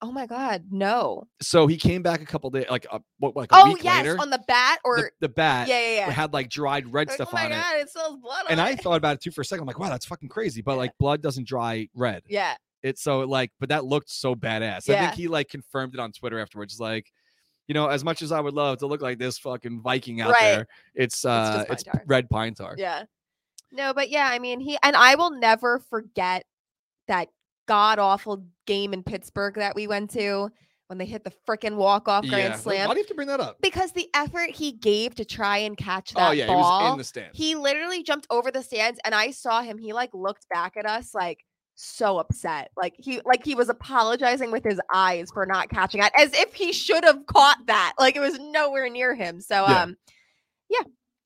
[SPEAKER 3] Oh my God, no!
[SPEAKER 2] So he came back a couple days, like a, what, like a
[SPEAKER 3] Oh
[SPEAKER 2] week
[SPEAKER 3] yes,
[SPEAKER 2] later.
[SPEAKER 3] on the bat or
[SPEAKER 2] the, the bat
[SPEAKER 3] yeah, yeah, yeah.
[SPEAKER 2] had like dried red
[SPEAKER 3] Like,
[SPEAKER 2] stuff
[SPEAKER 3] oh my
[SPEAKER 2] on it,
[SPEAKER 3] God, it still has blood on
[SPEAKER 2] and I
[SPEAKER 3] it.
[SPEAKER 2] thought about it too for a second. I'm like, wow, that's fucking crazy. But
[SPEAKER 3] Yeah.
[SPEAKER 2] like, blood doesn't dry red.
[SPEAKER 3] yeah,
[SPEAKER 2] it's so like, but that looked so badass. I
[SPEAKER 3] Yeah.
[SPEAKER 2] think he like confirmed it on Twitter afterwards. Like, you know, as much as I would love to look like this fucking Viking out
[SPEAKER 3] Right.
[SPEAKER 2] there, it's uh,
[SPEAKER 3] just
[SPEAKER 2] it's,
[SPEAKER 3] pine tar.
[SPEAKER 2] red pine tar.
[SPEAKER 3] yeah. No, but yeah, I mean, he and I will never forget that god awful game in Pittsburgh that we went to when they hit the freaking walk off grand
[SPEAKER 2] Like,
[SPEAKER 3] slam
[SPEAKER 2] Why do you have to bring that up?
[SPEAKER 3] because the effort he gave to try and catch that
[SPEAKER 2] Oh yeah,
[SPEAKER 3] ball.
[SPEAKER 2] he was in the stand.
[SPEAKER 3] He literally jumped over the stands and I saw him. He like looked back at us like so upset. Like he like he was apologizing with his eyes for not catching it as if he should have caught that. Like it was nowhere near him. So
[SPEAKER 2] Yeah.
[SPEAKER 3] um yeah,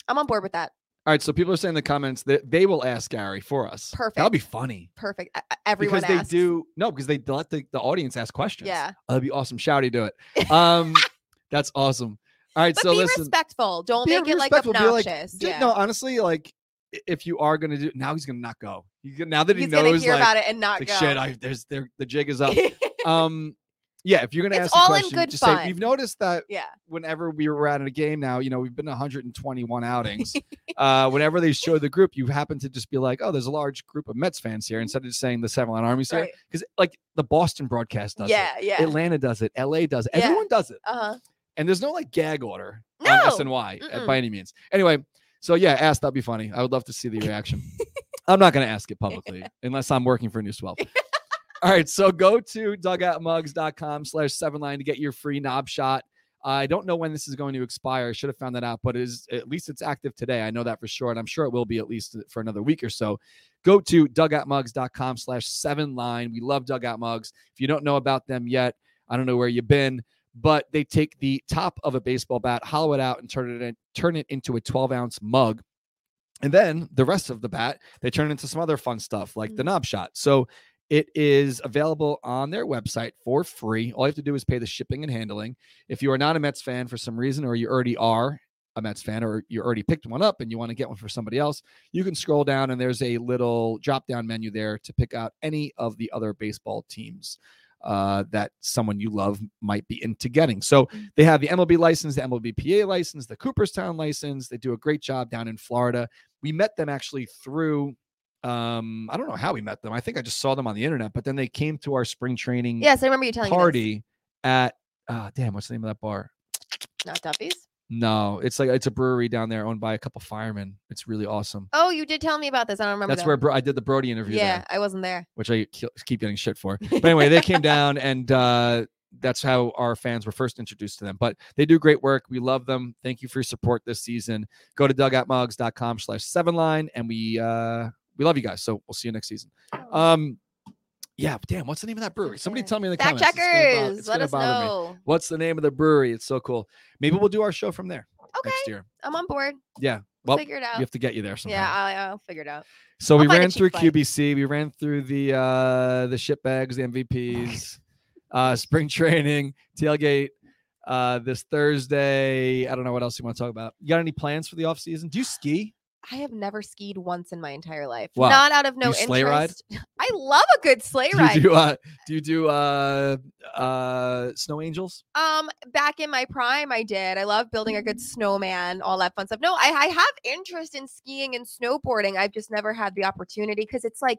[SPEAKER 3] I'm on board with that.
[SPEAKER 2] All right, so people are saying in the comments that they will ask Gary for us. That'll be funny
[SPEAKER 3] Perfect. E- e- Everyone
[SPEAKER 2] because they
[SPEAKER 3] asks.
[SPEAKER 2] do no because they let the, the audience ask questions.
[SPEAKER 3] Yeah.
[SPEAKER 2] oh, that'd be awesome. Shouty, do it. Um, that's awesome. All right,
[SPEAKER 3] But
[SPEAKER 2] so
[SPEAKER 3] be
[SPEAKER 2] listen.
[SPEAKER 3] respectful. Don't
[SPEAKER 2] Be
[SPEAKER 3] make it like
[SPEAKER 2] respectful, be like,
[SPEAKER 3] obnoxious.
[SPEAKER 2] Ju-
[SPEAKER 3] yeah.
[SPEAKER 2] No, honestly, like i- if you are gonna do now, he's gonna not go. He's gonna, now that
[SPEAKER 3] He's
[SPEAKER 2] he
[SPEAKER 3] gonna
[SPEAKER 2] knows,
[SPEAKER 3] hear
[SPEAKER 2] like,
[SPEAKER 3] about it and not
[SPEAKER 2] like
[SPEAKER 3] go.
[SPEAKER 2] shit, I there's there the jig is up. um, yeah, if you're gonna
[SPEAKER 3] It's
[SPEAKER 2] ask
[SPEAKER 3] all
[SPEAKER 2] a
[SPEAKER 3] in
[SPEAKER 2] question,
[SPEAKER 3] good
[SPEAKER 2] just say
[SPEAKER 3] fun.
[SPEAKER 2] we've noticed that
[SPEAKER 3] yeah.
[SPEAKER 2] whenever we were at a game now, you know, we've been 121 outings. uh, whenever they show the group, you happen to just be like, oh, there's a large group of Mets fans here instead of just saying the Seven Line Army's here
[SPEAKER 3] Right.
[SPEAKER 2] because like the Boston broadcast does
[SPEAKER 3] Yeah.
[SPEAKER 2] it.
[SPEAKER 3] Yeah.
[SPEAKER 2] Atlanta does it. LA does it.
[SPEAKER 3] Yeah.
[SPEAKER 2] Everyone does it
[SPEAKER 3] Uh-huh.
[SPEAKER 2] and there's no like gag order
[SPEAKER 3] No.
[SPEAKER 2] on SNY uh,
[SPEAKER 3] Mm-mm.
[SPEAKER 2] by any means. Anyway, so yeah, ask that'd be funny. I would love to see the reaction. I'm not gonna ask it publicly unless I'm working for News 12. All right, so go to dugoutmugs.com slash seven line to get your free knob shot. I don't know when this is going to expire. I should have found that out, but it is at least it's active today. I know that for sure, and I'm sure it will be at least for another week or so. Go to dugoutmugs.com slash seven line. We love dugout mugs. If you don't know about them yet, I don't know where you've been but they take the top of a baseball bat, hollow it out, and turn it in, turn it into a 12 ounce mug. And then the rest of the bat, they turn into some other fun stuff like the knob shot. So it is available on their website for free. All you have to do is pay the shipping and handling. If you are not a Mets fan for some reason, or you already are a Mets fan, or you already picked one up and you want to get one for somebody else, you can scroll down and there's a little drop down menu there to pick out any of the other baseball teams uh, that someone you love might be into getting. So they have the MLB license, the MLBPA license, the Cooperstown license. They do a great job down in Florida. We met them actually through. Um, I don't know how we met them. I think I just saw them on the internet, but then they came to our spring training
[SPEAKER 3] Yes, I remember you telling me.
[SPEAKER 2] party at uh damn, what's the name of that bar?
[SPEAKER 3] Not Duffy's.
[SPEAKER 2] No, it's like it's a brewery down there owned by a couple firemen. It's really awesome.
[SPEAKER 3] Oh, you did tell me about this. I don't remember.
[SPEAKER 2] That's
[SPEAKER 3] though.
[SPEAKER 2] where Bro- I did the Brody interview.
[SPEAKER 3] Yeah,
[SPEAKER 2] there,
[SPEAKER 3] I wasn't there.
[SPEAKER 2] which I ke- keep getting shit for. But anyway, they came down and uh, that's how our fans were first introduced to them. But they do great work. We love them. Thank you for your support this season. Go to dugoutmugs.com slash seven line and we uh we love you guys. So we'll see you next season.
[SPEAKER 3] Oh.
[SPEAKER 2] Um yeah, damn, what's the name of that brewery? Somebody
[SPEAKER 3] Okay.
[SPEAKER 2] tell me in the
[SPEAKER 3] Fact
[SPEAKER 2] comments. It's gonna bo-
[SPEAKER 3] checkers,
[SPEAKER 2] it's
[SPEAKER 3] let
[SPEAKER 2] gonna
[SPEAKER 3] us
[SPEAKER 2] bother me.
[SPEAKER 3] know.
[SPEAKER 2] What's the name of the brewery? It's so cool. Maybe we'll do our show from there
[SPEAKER 3] Mm-hmm. Okay,
[SPEAKER 2] next year.
[SPEAKER 3] I'm on board.
[SPEAKER 2] Yeah.
[SPEAKER 3] We'll
[SPEAKER 2] Well,
[SPEAKER 3] figure it
[SPEAKER 2] we
[SPEAKER 3] out.
[SPEAKER 2] have to get you there somehow.
[SPEAKER 3] yeah, I'll, I'll figure it out.
[SPEAKER 2] So
[SPEAKER 3] I'll
[SPEAKER 2] we
[SPEAKER 3] find a
[SPEAKER 2] ran
[SPEAKER 3] cheap
[SPEAKER 2] through
[SPEAKER 3] flight.
[SPEAKER 2] QBC, we ran through the uh the shit bags, the MVPs, uh spring training, tailgate uh this Thursday. I don't know what else you want to talk about. You got any plans for the off season? Do you ski?
[SPEAKER 3] I have never skied once in my entire life.
[SPEAKER 2] Wow.
[SPEAKER 3] Not out of no
[SPEAKER 2] You sleigh ride?
[SPEAKER 3] interest. I love a good sleigh
[SPEAKER 2] Do
[SPEAKER 3] ride.
[SPEAKER 2] you do uh do you do uh uh snow angels?
[SPEAKER 3] Um, back in my prime, I did. I love building a good
[SPEAKER 2] Mm-hmm.
[SPEAKER 3] snowman, all that fun stuff. No, I, I have interest in skiing and snowboarding. I've just never had the opportunity because it's like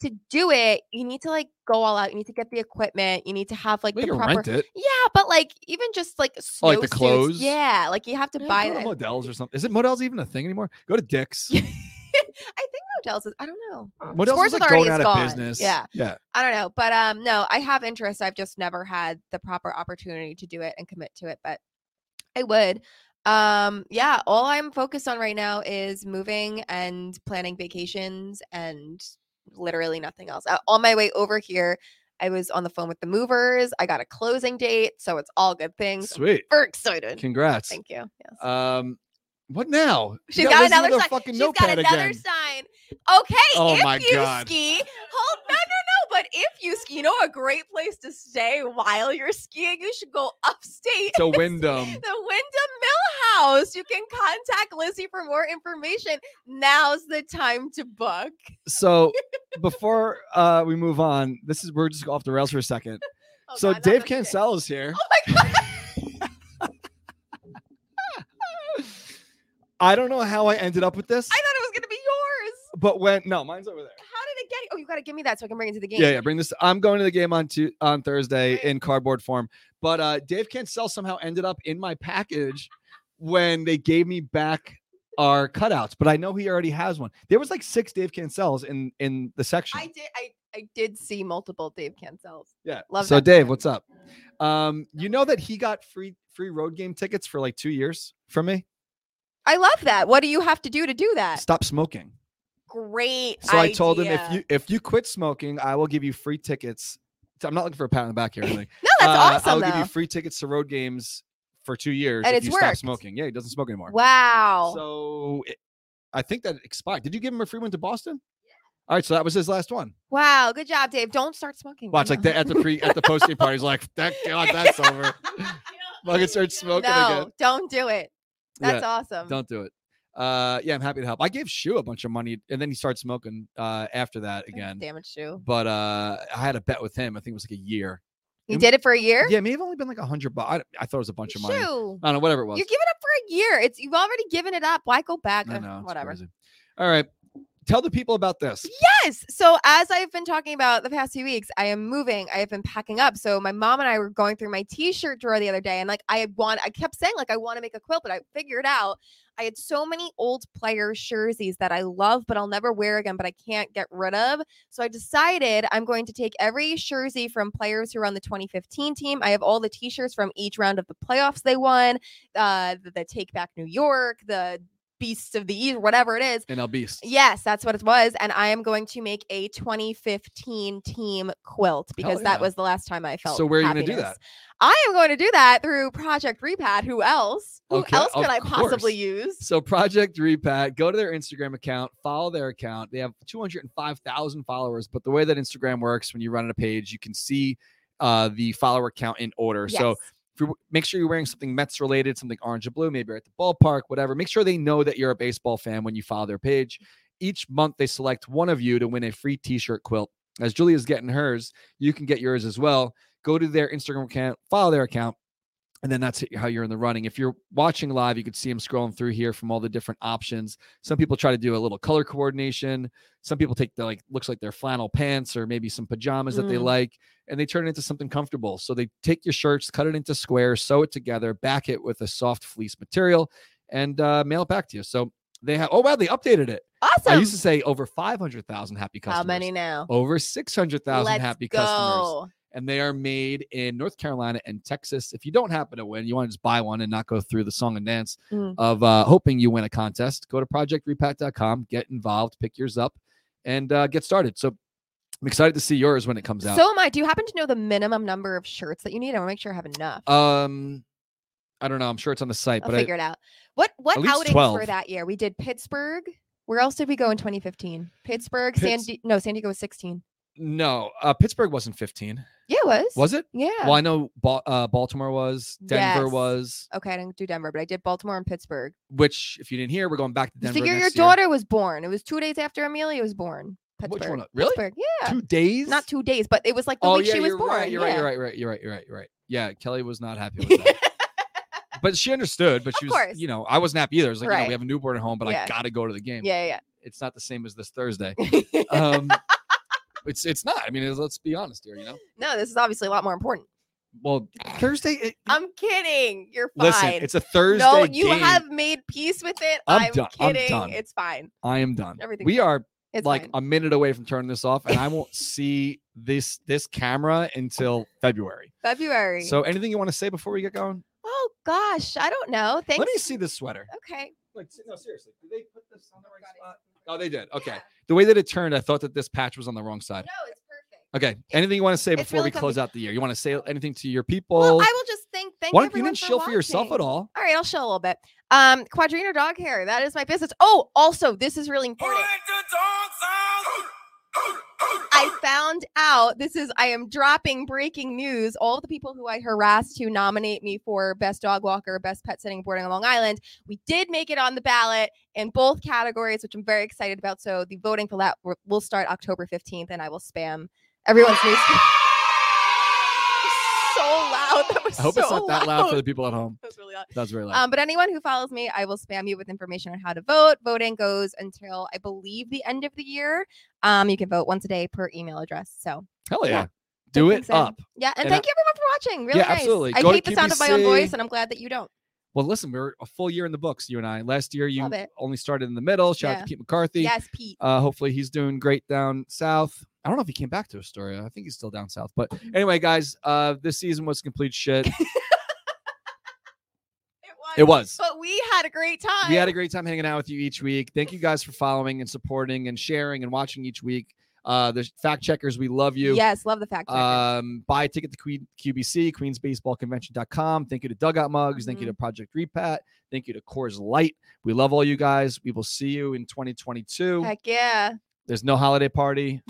[SPEAKER 3] to do it, you need to like go all out. You need to get the equipment. You need to have like
[SPEAKER 2] Well,
[SPEAKER 3] the
[SPEAKER 2] you can
[SPEAKER 3] proper.
[SPEAKER 2] rent it.
[SPEAKER 3] Yeah, but like even just like
[SPEAKER 2] Oh,
[SPEAKER 3] snow
[SPEAKER 2] like the clothes?
[SPEAKER 3] Yeah, like you have to
[SPEAKER 2] Yeah,
[SPEAKER 3] buy
[SPEAKER 2] go to
[SPEAKER 3] them.
[SPEAKER 2] Models or something. Is it Models even a thing anymore? Go to Dick's.
[SPEAKER 3] I think hotels is. I don't know.
[SPEAKER 2] Models
[SPEAKER 3] Sports
[SPEAKER 2] is like
[SPEAKER 3] Authority
[SPEAKER 2] going
[SPEAKER 3] is
[SPEAKER 2] out of
[SPEAKER 3] gone.
[SPEAKER 2] business.
[SPEAKER 3] Yeah.
[SPEAKER 2] Yeah.
[SPEAKER 3] I don't know, but um, no, I have interest. I've just never had the proper opportunity to do it and commit to it, but I would. Um, yeah, all I'm focused on right now is moving and planning vacations and literally nothing else. Uh, On my way over here, I was on the phone with the movers. I got a closing date, so it's all good things.
[SPEAKER 2] Sweet.
[SPEAKER 3] Super excited.
[SPEAKER 2] Congrats.
[SPEAKER 3] Thank you. Yes.
[SPEAKER 2] Um what now? You
[SPEAKER 3] She's
[SPEAKER 2] gotta listen
[SPEAKER 3] got
[SPEAKER 2] to
[SPEAKER 3] another
[SPEAKER 2] their
[SPEAKER 3] sign.
[SPEAKER 2] fucking
[SPEAKER 3] She's got
[SPEAKER 2] notepad
[SPEAKER 3] another
[SPEAKER 2] again.
[SPEAKER 3] sign. Okay,
[SPEAKER 2] Oh
[SPEAKER 3] if
[SPEAKER 2] my
[SPEAKER 3] you
[SPEAKER 2] God.
[SPEAKER 3] ski, hold no, no, no. But if you ski, you know a great place to stay while you're skiing. You should go upstate.
[SPEAKER 2] To Wyndham.
[SPEAKER 3] The Wyndham Mill House. You can contact Lizzie for more information. Now's the time to book.
[SPEAKER 2] So before uh, we move on, this is we're just off the rails for a second.
[SPEAKER 3] Oh
[SPEAKER 2] so
[SPEAKER 3] God, that
[SPEAKER 2] Dave
[SPEAKER 3] was good.
[SPEAKER 2] Cancel is here.
[SPEAKER 3] Oh my God.
[SPEAKER 2] I don't know how I ended up with this,
[SPEAKER 3] I thought it was gonna be yours.
[SPEAKER 2] but when no, mine's over there.
[SPEAKER 3] How did it get? Oh, you gotta give me that so I can bring it to the game.
[SPEAKER 2] Yeah, yeah. Bring this. I'm going to the game on to, on Thursday in cardboard form. But uh, Dave Cancel somehow ended up in my package when they gave me back our cutouts. But I know he already has one. There was like six Dave Cancels in in the section.
[SPEAKER 3] I did. I I did see multiple Dave Cancels.
[SPEAKER 2] Yeah.
[SPEAKER 3] Love
[SPEAKER 2] so
[SPEAKER 3] that for
[SPEAKER 2] Dave,
[SPEAKER 3] him.
[SPEAKER 2] what's up? Um, you know that he got free free road game tickets for like two years from me.
[SPEAKER 3] I love that. What do you have to do to do that?
[SPEAKER 2] Stop smoking.
[SPEAKER 3] Great.
[SPEAKER 2] So I told him if
[SPEAKER 3] idea.
[SPEAKER 2] you if you quit smoking, I will give you free tickets. to- I'm not looking for a pat on the back here. or anything.
[SPEAKER 3] No, that's
[SPEAKER 2] Uh,
[SPEAKER 3] awesome
[SPEAKER 2] I'll
[SPEAKER 3] though.
[SPEAKER 2] give you free tickets to road games for two years
[SPEAKER 3] And
[SPEAKER 2] if
[SPEAKER 3] it's
[SPEAKER 2] you stop
[SPEAKER 3] worked.
[SPEAKER 2] smoking. Yeah, he doesn't smoke anymore.
[SPEAKER 3] wow.
[SPEAKER 2] So it, I think that expired. Did you give him a free one to Boston? All right, so that was his last one.
[SPEAKER 3] wow. Good job, Dave. Don't start smoking.
[SPEAKER 2] Watch like that at the pre at the posting party. He's like, "That God, that's over." Fucking start smoking
[SPEAKER 3] No,
[SPEAKER 2] again.
[SPEAKER 3] don't do it.
[SPEAKER 2] Yeah.
[SPEAKER 3] That's awesome.
[SPEAKER 2] Don't do it. Uh, yeah, I'm happy to help. I gave Shu a bunch of money, and then he started smoking uh, after that again.
[SPEAKER 3] Damage shoe.
[SPEAKER 2] But uh, I had a bet with him. I think it was like a year.
[SPEAKER 3] You
[SPEAKER 2] Mm.
[SPEAKER 3] did it for a year?
[SPEAKER 2] Yeah, it may have only been like a hundred bucks. I, I thought it was a bunch of money.
[SPEAKER 3] Shoe.
[SPEAKER 2] I don't know, whatever it was.
[SPEAKER 3] You give it up for a year. It's you've already given it up. Why go back?
[SPEAKER 2] I
[SPEAKER 3] Ugh,
[SPEAKER 2] know, it's
[SPEAKER 3] Whatever.
[SPEAKER 2] crazy. All right, tell the people about this.
[SPEAKER 3] Yes. So as I've been talking about the past few weeks, I am moving. I have been packing up. So my mom and I were going through my t-shirt drawer the other day, and like I want, I kept saying like I want to make a quilt, but I figured out I had so many old player jerseys that I love, but I'll never wear again, but I can't get rid of. So I decided I'm going to take every jersey from players who were on the 2015 team. I have all the t-shirts from each round of the playoffs they won, uh, the, the Take Back New York, the Beasts of the East, whatever it is.
[SPEAKER 2] And I'll beast.
[SPEAKER 3] Yes, that's what it was. And I am going to make a 2015 team quilt because
[SPEAKER 2] yeah.
[SPEAKER 3] that was the last time I felt.
[SPEAKER 2] So where are you
[SPEAKER 3] going
[SPEAKER 2] gonna
[SPEAKER 3] to
[SPEAKER 2] do that?
[SPEAKER 3] I am going to do that through Project Repad. Who else? Who
[SPEAKER 2] Okay,
[SPEAKER 3] else
[SPEAKER 2] of
[SPEAKER 3] could I possibly
[SPEAKER 2] course.
[SPEAKER 3] use?
[SPEAKER 2] So Project Repat, go to their Instagram account, follow their account. They have 205,000 followers, but the way that Instagram works, when you run a page, you can see uh, the follower count in order. So
[SPEAKER 3] Yes.
[SPEAKER 2] if you're, make sure you're wearing something Mets related, something orange and blue, maybe you're at the ballpark, whatever. Make sure they know that you're a baseball fan when you follow their page. Each month, they select one of you to win a free t shirt quilt. As Julia's getting hers, you can get yours as well. Go to their Instagram account, follow their account. and then that's how you're in the running. If you're watching live, you can see them scrolling through here from all the different options. Some people try to do a little color coordination. Some people take the like looks like their flannel pants or maybe some pajamas that they
[SPEAKER 3] Mm.
[SPEAKER 2] like, and they turn it into something comfortable. So they take your shirts, cut it into squares, sew it together, back it with a soft fleece material, and uh, mail it back to you. So they have. Oh wow, they updated it. I
[SPEAKER 3] Awesome.
[SPEAKER 2] used to say over five hundred thousand happy customers.
[SPEAKER 3] How many now?
[SPEAKER 2] Over six hundred thousand
[SPEAKER 3] Let's
[SPEAKER 2] happy
[SPEAKER 3] go.
[SPEAKER 2] customers and they are made in North Carolina and Texas. If you don't happen to win, you want to just buy one and not go through the song and dance
[SPEAKER 3] Mm.
[SPEAKER 2] of uh, hoping you win a contest. Go to projectrepat.com, get involved, pick yours up, and uh, get started. So I'm excited to see yours when it comes out.
[SPEAKER 3] So am I. Do you happen to know the minimum number of shirts that you need? I want to make sure I have enough.
[SPEAKER 2] um, I don't know. I'm sure it's on the site,
[SPEAKER 3] I'll
[SPEAKER 2] but
[SPEAKER 3] figure
[SPEAKER 2] I,
[SPEAKER 3] it out. What what
[SPEAKER 2] least
[SPEAKER 3] outings
[SPEAKER 2] 12.
[SPEAKER 3] for that year? We did Pittsburgh. Where else did we go in 2015? Pittsburgh, San
[SPEAKER 2] Pitts-
[SPEAKER 3] Di- no, San Diego was 16.
[SPEAKER 2] no, uh, Pittsburgh wasn't 15,
[SPEAKER 3] Yeah, it was.
[SPEAKER 2] was it?
[SPEAKER 3] Yeah.
[SPEAKER 2] Well, I know ba- uh, Baltimore was, Denver
[SPEAKER 3] Yes.
[SPEAKER 2] was.
[SPEAKER 3] Okay, I didn't do Denver, but I did Baltimore and Pittsburgh.
[SPEAKER 2] Which, if you didn't hear, we're going back to Denver.
[SPEAKER 3] Figure your
[SPEAKER 2] next year.
[SPEAKER 3] daughter was born. It was two days after Amelia was born. Pittsburgh.
[SPEAKER 2] Which one? Really?
[SPEAKER 3] Pittsburgh. Yeah.
[SPEAKER 2] Two days?
[SPEAKER 3] Not two days, but it was like the week she was
[SPEAKER 2] Oh, you're
[SPEAKER 3] born.
[SPEAKER 2] Right, you're
[SPEAKER 3] yeah.
[SPEAKER 2] right. You're right. You're right. You're right. You're right. You're right. Yeah, Kelly was not happy with that. but she understood. But she
[SPEAKER 3] Of
[SPEAKER 2] was,
[SPEAKER 3] course.
[SPEAKER 2] you know, I wasn't happy either. I was like, you know,
[SPEAKER 3] Right.
[SPEAKER 2] we have a newborn at home, but I
[SPEAKER 3] Yeah.
[SPEAKER 2] gotta go to the game.
[SPEAKER 3] Yeah, yeah,
[SPEAKER 2] It's not the same as this Thursday.
[SPEAKER 3] yeah.
[SPEAKER 2] Um, it's it's not. I mean, it's- let's be honest here. You know,
[SPEAKER 3] no, this is obviously a lot more important.
[SPEAKER 2] well, Thursday. It,
[SPEAKER 3] I'm kidding. You're fine.
[SPEAKER 2] listen, it's a Thursday.
[SPEAKER 3] no, you
[SPEAKER 2] game.
[SPEAKER 3] have made peace with it.
[SPEAKER 2] I'm
[SPEAKER 3] I'm,
[SPEAKER 2] done- I'm
[SPEAKER 3] kidding.
[SPEAKER 2] done.
[SPEAKER 3] It's fine.
[SPEAKER 2] I am done.
[SPEAKER 3] Everything's
[SPEAKER 2] We
[SPEAKER 3] fine.
[SPEAKER 2] are
[SPEAKER 3] It's
[SPEAKER 2] like
[SPEAKER 3] fine.
[SPEAKER 2] a minute away from turning this off, and I won't see this this camera until February.
[SPEAKER 3] February.
[SPEAKER 2] So, anything you want to say before we get going?
[SPEAKER 3] oh gosh, I don't know. Thanks.
[SPEAKER 2] Let me see this sweater.
[SPEAKER 3] Okay.
[SPEAKER 2] Like, se- no, seriously, did they put this on the right
[SPEAKER 3] Got it.
[SPEAKER 2] spot? Oh, they did. Okay.
[SPEAKER 3] Yeah.
[SPEAKER 2] The way that it turned, I thought that this patch was on the wrong side.
[SPEAKER 3] No, it's perfect.
[SPEAKER 2] Okay. Anything you want to say
[SPEAKER 3] it's
[SPEAKER 2] before
[SPEAKER 3] really
[SPEAKER 2] we close
[SPEAKER 3] comfy.
[SPEAKER 2] out the year? You want to say anything to your
[SPEAKER 3] Well,
[SPEAKER 2] people?
[SPEAKER 3] I will just thank thank
[SPEAKER 2] Why don't you
[SPEAKER 3] everyone
[SPEAKER 2] didn't shill for yourself
[SPEAKER 3] watching.
[SPEAKER 2] at all?
[SPEAKER 3] All right, I'll show a little bit. Um, Quadrino dog hair. That is my business. Oh, also, this is really important. I found out this is I am dropping breaking news. All the people who I harassed to nominate me for best dog walker, best pet sitting and boarding on Long Island, we did make it on the ballot in both categories, which I'm very excited about. So the voting for that w- will start October 15th, and I will spam everyone's news. so loud. That was
[SPEAKER 2] I hope
[SPEAKER 3] so
[SPEAKER 2] it's not that loud for the people at home.
[SPEAKER 3] That was really loud.
[SPEAKER 2] That was very loud.
[SPEAKER 3] Um, but anyone who follows me, I will spam you with information on how to vote. Voting goes until I believe the end of the year. Um, you can vote once a day per email address. So
[SPEAKER 2] Hell yeah.
[SPEAKER 3] yeah,
[SPEAKER 2] Do
[SPEAKER 3] thanks,
[SPEAKER 2] it
[SPEAKER 3] Em.
[SPEAKER 2] up.
[SPEAKER 3] yeah, and,
[SPEAKER 2] And I-
[SPEAKER 3] thank you everyone for watching. Really
[SPEAKER 2] Yeah,
[SPEAKER 3] nice.
[SPEAKER 2] absolutely.
[SPEAKER 3] I
[SPEAKER 2] Go to
[SPEAKER 3] hate the sound of my own voice,
[SPEAKER 2] QVC.
[SPEAKER 3] and I'm glad that you don't.
[SPEAKER 2] Well, listen, we're a full year in the books, you and I. Last year, you
[SPEAKER 3] Love it.
[SPEAKER 2] only started in the middle. Shout out
[SPEAKER 3] Yeah.
[SPEAKER 2] to Pete McCarthy.
[SPEAKER 3] Yes, Pete.
[SPEAKER 2] Uh, hopefully he's doing great down south. I don't know if he came back to Astoria. I think he's still down south. But anyway, guys, uh, this season was complete shit. It was.
[SPEAKER 3] But we had a great time.
[SPEAKER 2] We had a great time hanging out with you each week. Thank you guys for following and supporting and sharing and watching each week. Uh, the fact checkers, we love you.
[SPEAKER 3] Yes, love the fact checker.
[SPEAKER 2] Um, buy a ticket to Queen, QBC, queensbaseballconvention.com. Thank you to Dugout Mugs. Thank you
[SPEAKER 3] Mhm.
[SPEAKER 2] to Project Repat. Thank you to Coors Light. We love all you guys. We will see you in 2022.
[SPEAKER 3] Heck yeah.
[SPEAKER 2] There's no holiday party.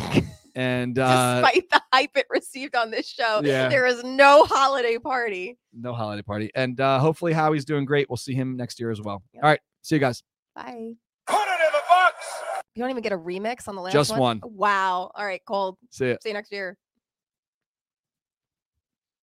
[SPEAKER 2] and uh,
[SPEAKER 3] Despite the hype it received on this show,
[SPEAKER 2] yeah.
[SPEAKER 3] there is no holiday party.
[SPEAKER 2] no holiday party. And uh, hopefully Howie's doing great. We'll see him next year as well.
[SPEAKER 3] Yep.
[SPEAKER 2] All right. See you guys.
[SPEAKER 3] Bye.
[SPEAKER 4] Put it in the box.
[SPEAKER 3] You don't even get a remix on the last
[SPEAKER 2] Just one.
[SPEAKER 3] one. Wow. All right, cold.
[SPEAKER 2] See ya.
[SPEAKER 3] See you next year.